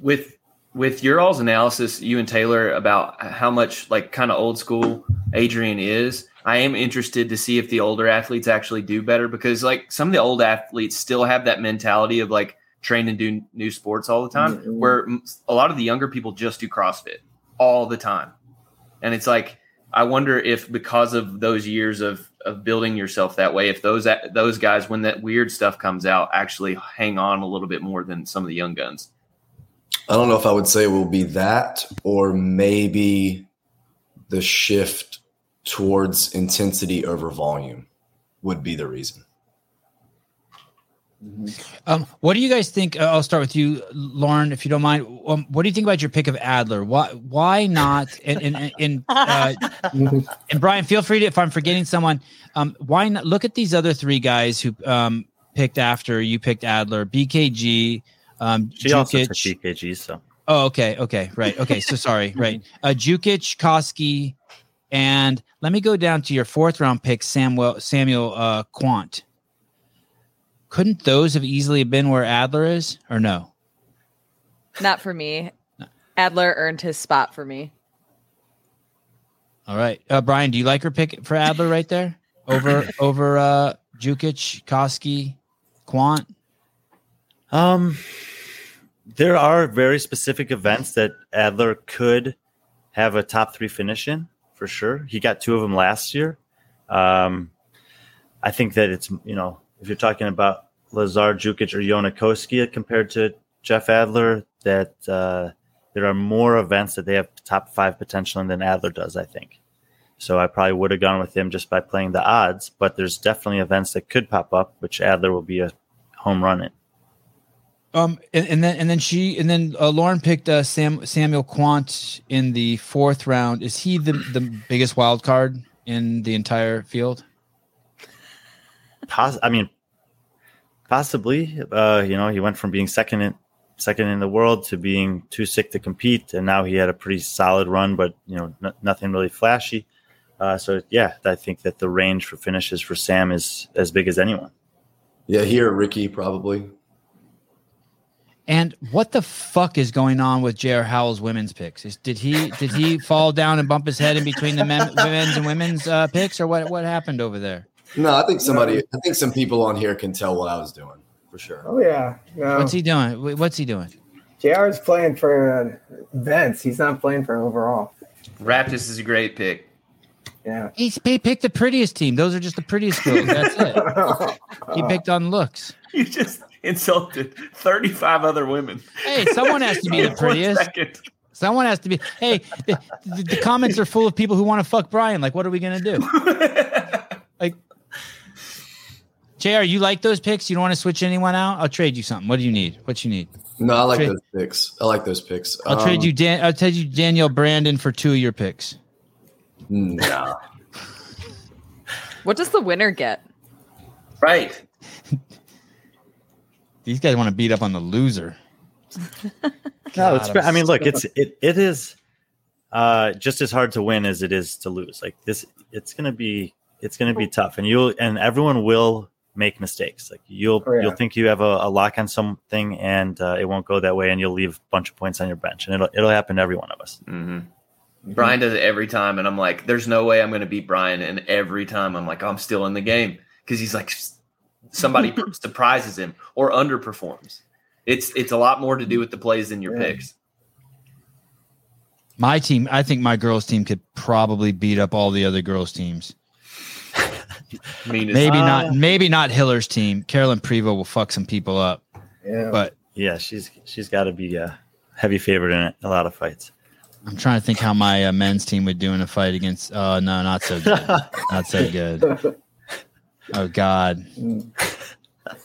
A: with with your all's analysis, you and Taylor about how much like kind of old school Adrian is. I am interested to see if the older athletes actually do better because like some of the old athletes still have that mentality of like train and do new sports all the time,
F: Mhm.
A: where m- a lot of the younger people just do CrossFit all the time, and it's like I wonder if because of those years of of building yourself that way, if those a- those guys when that weird stuff comes out actually hang on a little bit more than some of the young guns.
G: I don't know if I would say it will be that or maybe the shift towards intensity over volume would be the reason.
C: Um, what do you guys think? Uh, I'll start with you, Lauren, if you don't mind. Um, what do you think about your pick of Adler? Why why not? And and and, and, uh, and Brian, feel free to if I'm forgetting someone. Um, why not? Look at these other three guys who um picked after you picked Adler, BKG, um,
D: She also took
C: Jukic.
D: BKG, so
C: Oh, okay, okay, right, okay. So [LAUGHS] sorry, right. Uh, Jukic, Koski, and let me go down to your fourth round pick, Samuel Samuel uh, Quant. Couldn't those have easily been where Adler is, or no?
E: Not for me. Adler earned his spot for me.
C: All right, uh, Brian, do you like her pick for Adler right there [LAUGHS] over over uh, Jukic, Koski, Quant?
D: um, there are very specific events that Adler could have a top three finish in for sure. He got two of them last year. Um, I think that it's you know if you're talking about Lazar Jukic or Yona Koski compared to Jeff Adler, that uh, there are more events that they have top five potential in than Adler does. I think. So I probably would have gone with him just by playing the odds, but there's definitely events that could pop up, which Adler will be a home run in.
C: Um, and, and then and then she and then uh, Lauren picked uh, Sam Samuel Quant in the fourth round. Is he the the biggest wild card in the entire field?
D: Poss- I mean, possibly. Uh, you know, he went from being second in second in the world to being too sick to compete, and now he had a pretty solid run, but you know, n- nothing really flashy. Uh, so yeah, I think that the range for finishes for Sam is as big as anyone.
G: Yeah, here, Ricky, probably.
C: And what the fuck is going on with J.R. Howell's women's picks? Is, did he did he fall down and bump his head in between the men, men's and women's uh, picks, or what what happened over there?
G: No, I think somebody, I think some people on here can tell what I was doing for sure.
F: Oh yeah, no.
C: What's he doing? Wh- What's he doing?
F: Jr. is playing for uh, events. He's not playing for overall.
A: Raptus is a great pick.
F: Yeah.
C: He's, he picked the prettiest team. Those are just the prettiest girls. That's it. [LAUGHS] He picked on looks.
A: [LAUGHS] You just insulted 35 other women.
C: Hey, someone has to
A: [LAUGHS]
C: be the
A: One
C: prettiest.
A: second.
C: Someone has to be. Hey, the, the, the comments are full of people who want to fuck Brian. Like, what are we gonna do? Jr, you like those picks? You don't want to switch anyone out? I'll trade you something. What do you need? What you need?
G: No, I like
C: Trade-
G: those picks. I like those picks.
C: I'll
G: Um,
C: trade you Dan. I'll trade you Daniel Brandon for two of your picks.
G: Nah.
E: What does the winner get?
A: Right.
C: These guys want to beat up on the loser.
D: No, it's.
C: God,
D: fair.
C: I'm
D: I mean, look,
C: so-
D: it's it it is uh, just as hard to win as it is to lose. Like this, it's gonna be it's gonna be tough, and you'll and everyone will make mistakes. Like you'll
F: Oh, yeah.
D: you'll think you have a, a lock on something, and uh, it won't go that way, and you'll leave a bunch of points on your bench, and it'll it'll happen to every one of us.
A: hmm Brian does it every time, and I'm like, "There's no way I'm going to beat Brian." And every time, I'm like, "I'm still in the game" because he's like, s-
C: [LAUGHS]
A: somebody pr- surprises him or underperforms. It's it's a lot more to do with the plays than your
F: Yeah.
A: picks.
C: My team. I think my girls' team could probably beat up all the other girls' teams.
A: I mean, it's,
C: Maybe
D: Uh,
C: not. Maybe not Hiller's team. Carolyn Prevo will fuck some people up.
F: Yeah.
C: But
D: Yeah, she's she's got to be a heavy favorite in it, a lot of fights.
C: I'm trying to think how my uh, men's team would do in a fight against. Oh no, not
D: [LAUGHS]
C: so good. not so good. Oh God.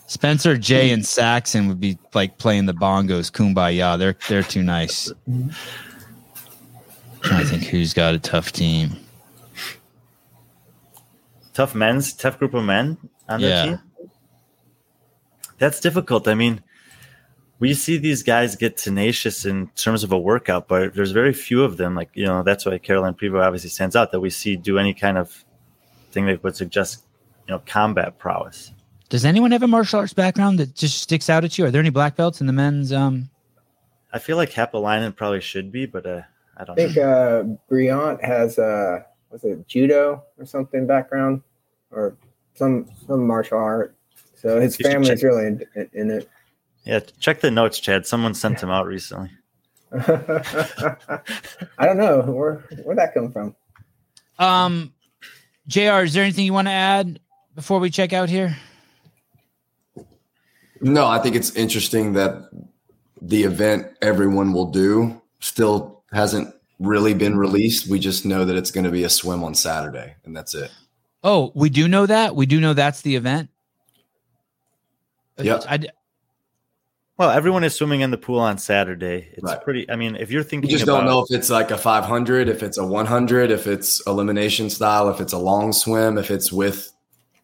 C: Spencer, Jay, and Saxon would be like playing the bongos, kumbaya. They're they're too nice.
F: Mm-hmm.
C: I think who's got a tough team.
D: tough men's tough group of men on
C: Yeah.
D: their team. That's difficult. I mean, we see these guys get tenacious in terms of a workout, but there's very few of them. Like you know, that's why Caroline Prevo obviously stands out that we see do any kind of thing that would suggest you know combat prowess.
C: Does anyone have a martial arts background that just sticks out at you? Are there any black belts in the men's? Um,
D: I feel like Hapalainen probably should be, but uh, I
F: I
D: don't know.
F: think uh, Briant has a was it judo or something background or some some martial art. So his
D: You should
F: family's
D: check-
F: really in, in, in it. [LAUGHS]
D: Yeah, check the notes, Chad. Someone sent him out recently.
F: I don't know where where'd that come from.
C: um, Jr. Is there anything you want to add before we check out here?
G: No, I think it's interesting that the event everyone will do still hasn't really been released. We just know that it's going to be a swim on Saturday, and that's it.
C: Oh, we do know that. We do know that's the event.
G: Yep.
C: Uh, I d-
D: Well, everyone is swimming in the pool on Saturday. It's
G: Right.
D: pretty. I mean, if you're thinking,
G: You just
D: about,
G: don't know if it's like a 500, if it's a 100, if it's elimination style, if it's a long swim, if it's with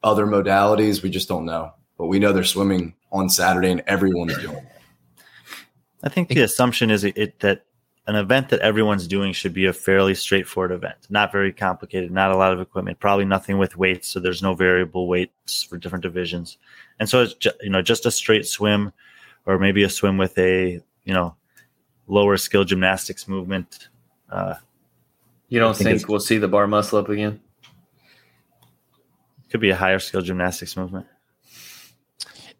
G: other modalities. We just don't know. But we know they're swimming on Saturday, and everyone's doing it.
D: I think the assumption is it, it that an event that everyone's doing should be a fairly straightforward event, not very complicated, not a lot of equipment, probably nothing with weights, so there's no variable weights for different divisions, and so it's ju- you know just a straight swim, or maybe a swim with a you know lower skill gymnastics movement. Uh,
A: you don't
D: I think
A: think,
D: it's-
A: we'll see the bar muscle up again?
D: could be a higher skill gymnastics movement.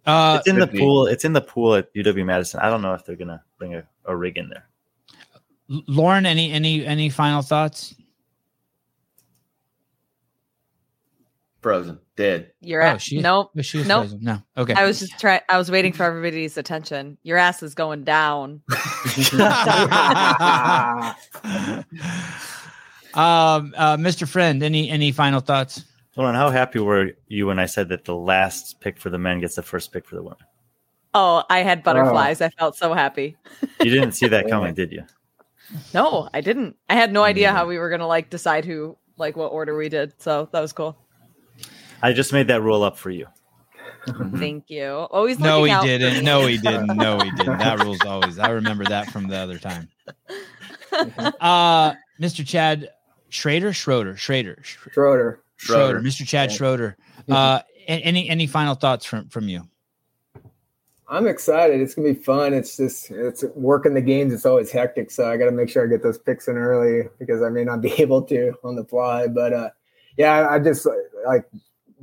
C: uh,
D: it's in the
A: could be.
D: pool. It's in the pool at UW Madison. I don't know if they're gonna bring a, a rig in there.
C: L- Lauren, any any any final thoughts?
A: Frozen, dead.
E: You're at
C: Oh, she-
E: nope.
C: Oh, she was
E: Nope.
C: frozen. No. Okay.
E: I was just trying. I was waiting for everybody's attention. Your ass is going down.
C: [LAUGHS]
E: [LAUGHS]
C: um, [LAUGHS] uh, Mr. Friend, any any final thoughts?
D: Lauren, how happy were you when I said that the last pick for the men gets the first pick for the women?
E: Oh, I had butterflies. I felt so happy.
D: You didn't
E: [LAUGHS]
D: see that
F: Yeah.
D: coming, did you?
E: No, I didn't. I had no idea how we were gonna like decide who like what order we did. So that was cool.
D: I just made that rule up for you.
E: Thank you. Always
C: Mm-hmm. No,
E: looking
C: he
E: out for
C: didn't.
E: me.
C: No, he didn't. No, he didn't. That rules always. I remember that from the other time. Uh, Mr. Chad Schrader, Schroeder, Schrader, Sch-
F: Schroeder.
C: Schroeder,
A: Schroeder.
C: Mr. Chad Schroeder. Uh, a- any any final thoughts from from you?
F: I'm excited. It's gonna be fun. It's just it's working the games. It's always hectic, so I got to make sure I get those picks in early because I may not be [LAUGHS] able to on the fly. But uh, yeah, I, I just like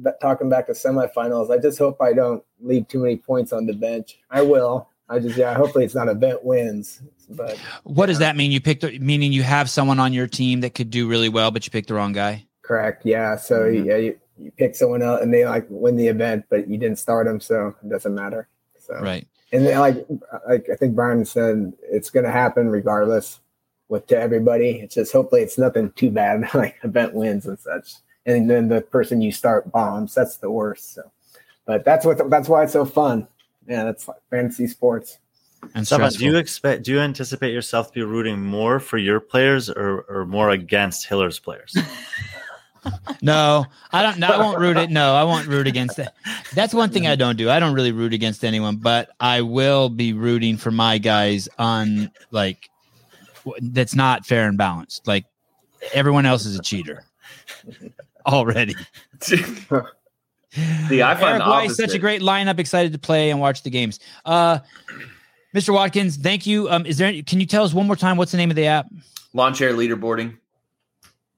F: b- talking back to semifinals. I just hope I don't leave too many points on the bench. I will. I just yeah. Hopefully, it's not event wins. But
C: What does that mean? You picked, the- meaning you have someone on your team that could do really well, but you picked the wrong guy.
F: correct, yeah. So yeah, you, you pick someone else and they like win the event, but you didn't start them, so it doesn't matter. So
C: Right.
F: and then, like like I think Brian said, it's going to happen regardless with to everybody. It's just hopefully it's nothing too bad [LAUGHS] like event wins and such. And then the person you start bombs. That's the worst. So, but that's what that's why it's so fun. Yeah, that's like fantasy sports.
C: and
D: Stefan, do
C: stressful.
D: you expect? Do you anticipate yourself to be rooting more for your players or, or more against Hiller's players?
C: No, I don't. No, I won't root it. No, I won't root against it. That's one thing I don't do. I don't really root against anyone, but I will be rooting for my guys on like w- that's not fair and balanced. Like everyone else is a cheater
A: [LAUGHS]
C: already.
A: See, I find
C: Eric
A: the
C: Weiss, such a
A: opposite.
C: great lineup. Excited to play and watch the games. Uh, Mr. Watkins, thank you. Um, is there? any- Can you tell us one more time what's the name of the app?
A: lawn chair leaderboarding.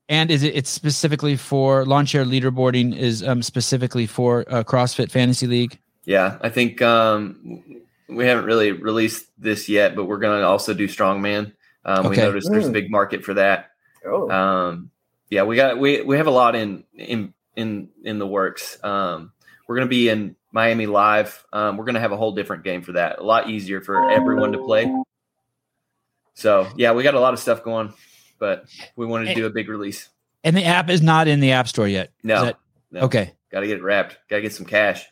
C: And is it? It's specifically for lawn chair leaderboarding. Is um specifically for uh, CrossFit Fantasy League.
A: Yeah, I think um, we haven't really released this yet, but we're going to also do strongman. Um, We
C: Okay.
A: noticed there's a
F: Mm.
A: big market for that.
F: Oh,
A: Um, yeah, we got we we have a lot in in in in the works. Um, we're going to be in Miami live. Um, we're going to have a whole different game for that. A lot easier for everyone to play. So yeah, we got a lot of stuff going, but we wanted to do a big release.
C: And the app is not in the app store yet.
A: No,
C: Is that-
A: no.
C: Okay.
A: got to get it wrapped. Got to get some cash.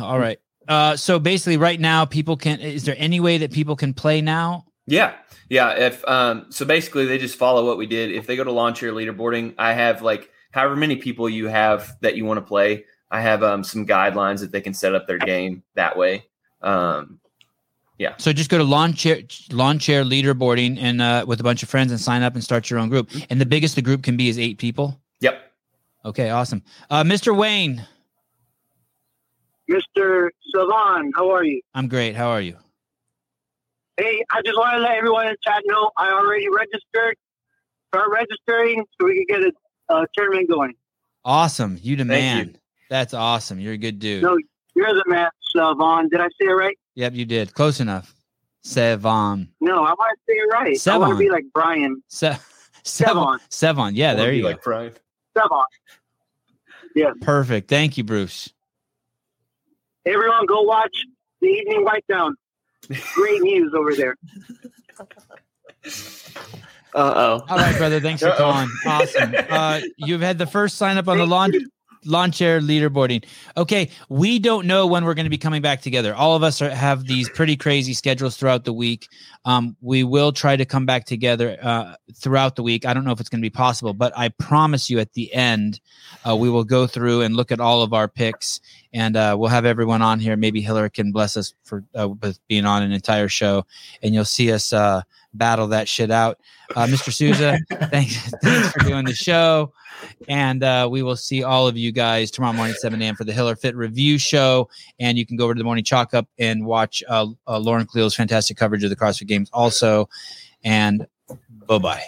C: All right. Uh, so basically, right now, people can. Is there any way that people can play now?
A: Yeah. Yeah. If um so basically they just follow what we did. If they go to launch your leaderboarding, I have like however many people you have that you want to play. I have um some guidelines that they can set up their game that way. Um
C: So just go to lawn chair, lawn chair leaderboarding, and uh, with a bunch of friends, and sign up and start your own group. And the biggest the group can be is eight people.
A: yep.
C: Okay, awesome. Uh, Mr. Wayne,
J: Mr. Savan, how are you?
C: I'm great. How are you?
J: Hey, I just want to let everyone in chat know I already registered. Start registering so we can get a uh, tournament going.
C: Awesome. You the
A: Thank
C: man.
A: you.
C: That's awesome. You're a good dude.
J: No. You're the man, Savan. Did I say it right?
C: Yep, you did. Close enough. Sevan.
J: No, I want to say it right. I want
C: Savan.
J: to be like Brian.
C: Se- [LAUGHS]
J: Sevon.
C: Sevan. Sevan. Yeah, there you go.
A: Like Brian.
J: Savan.
C: Perfect. Thank you, Bruce.
J: Everyone go watch The Evening White Down. Great news over there.
I: Uh
C: All right, brother. Thanks for
A: Uh-oh.
C: calling. Awesome. Uh, you've had the first sign up on the lawn lawn chair leaderboarding. Okay, we don't know when we're going to be coming back together. All of us are, have these pretty crazy schedules throughout the week. Um, we will try to come back together uh, throughout the week. I don't know if it's going to be possible, but I promise you, at the end, uh, we will go through and look at all of our picks, and uh, we'll have everyone on here. Maybe Hillary can bless us for uh, with being on an entire show, and you'll see us uh, battle that shit out. Uh, Mr. Souza, thanks, [LAUGHS] thanks for doing the show. And uh, we will see all of you guys tomorrow morning at 7 a.m. for the Hiller Fit Review Show. And you can go over to the Morning Chalk Up and watch uh, uh, Lauren Cleal's fantastic coverage of the CrossFit Games also. And bye bye.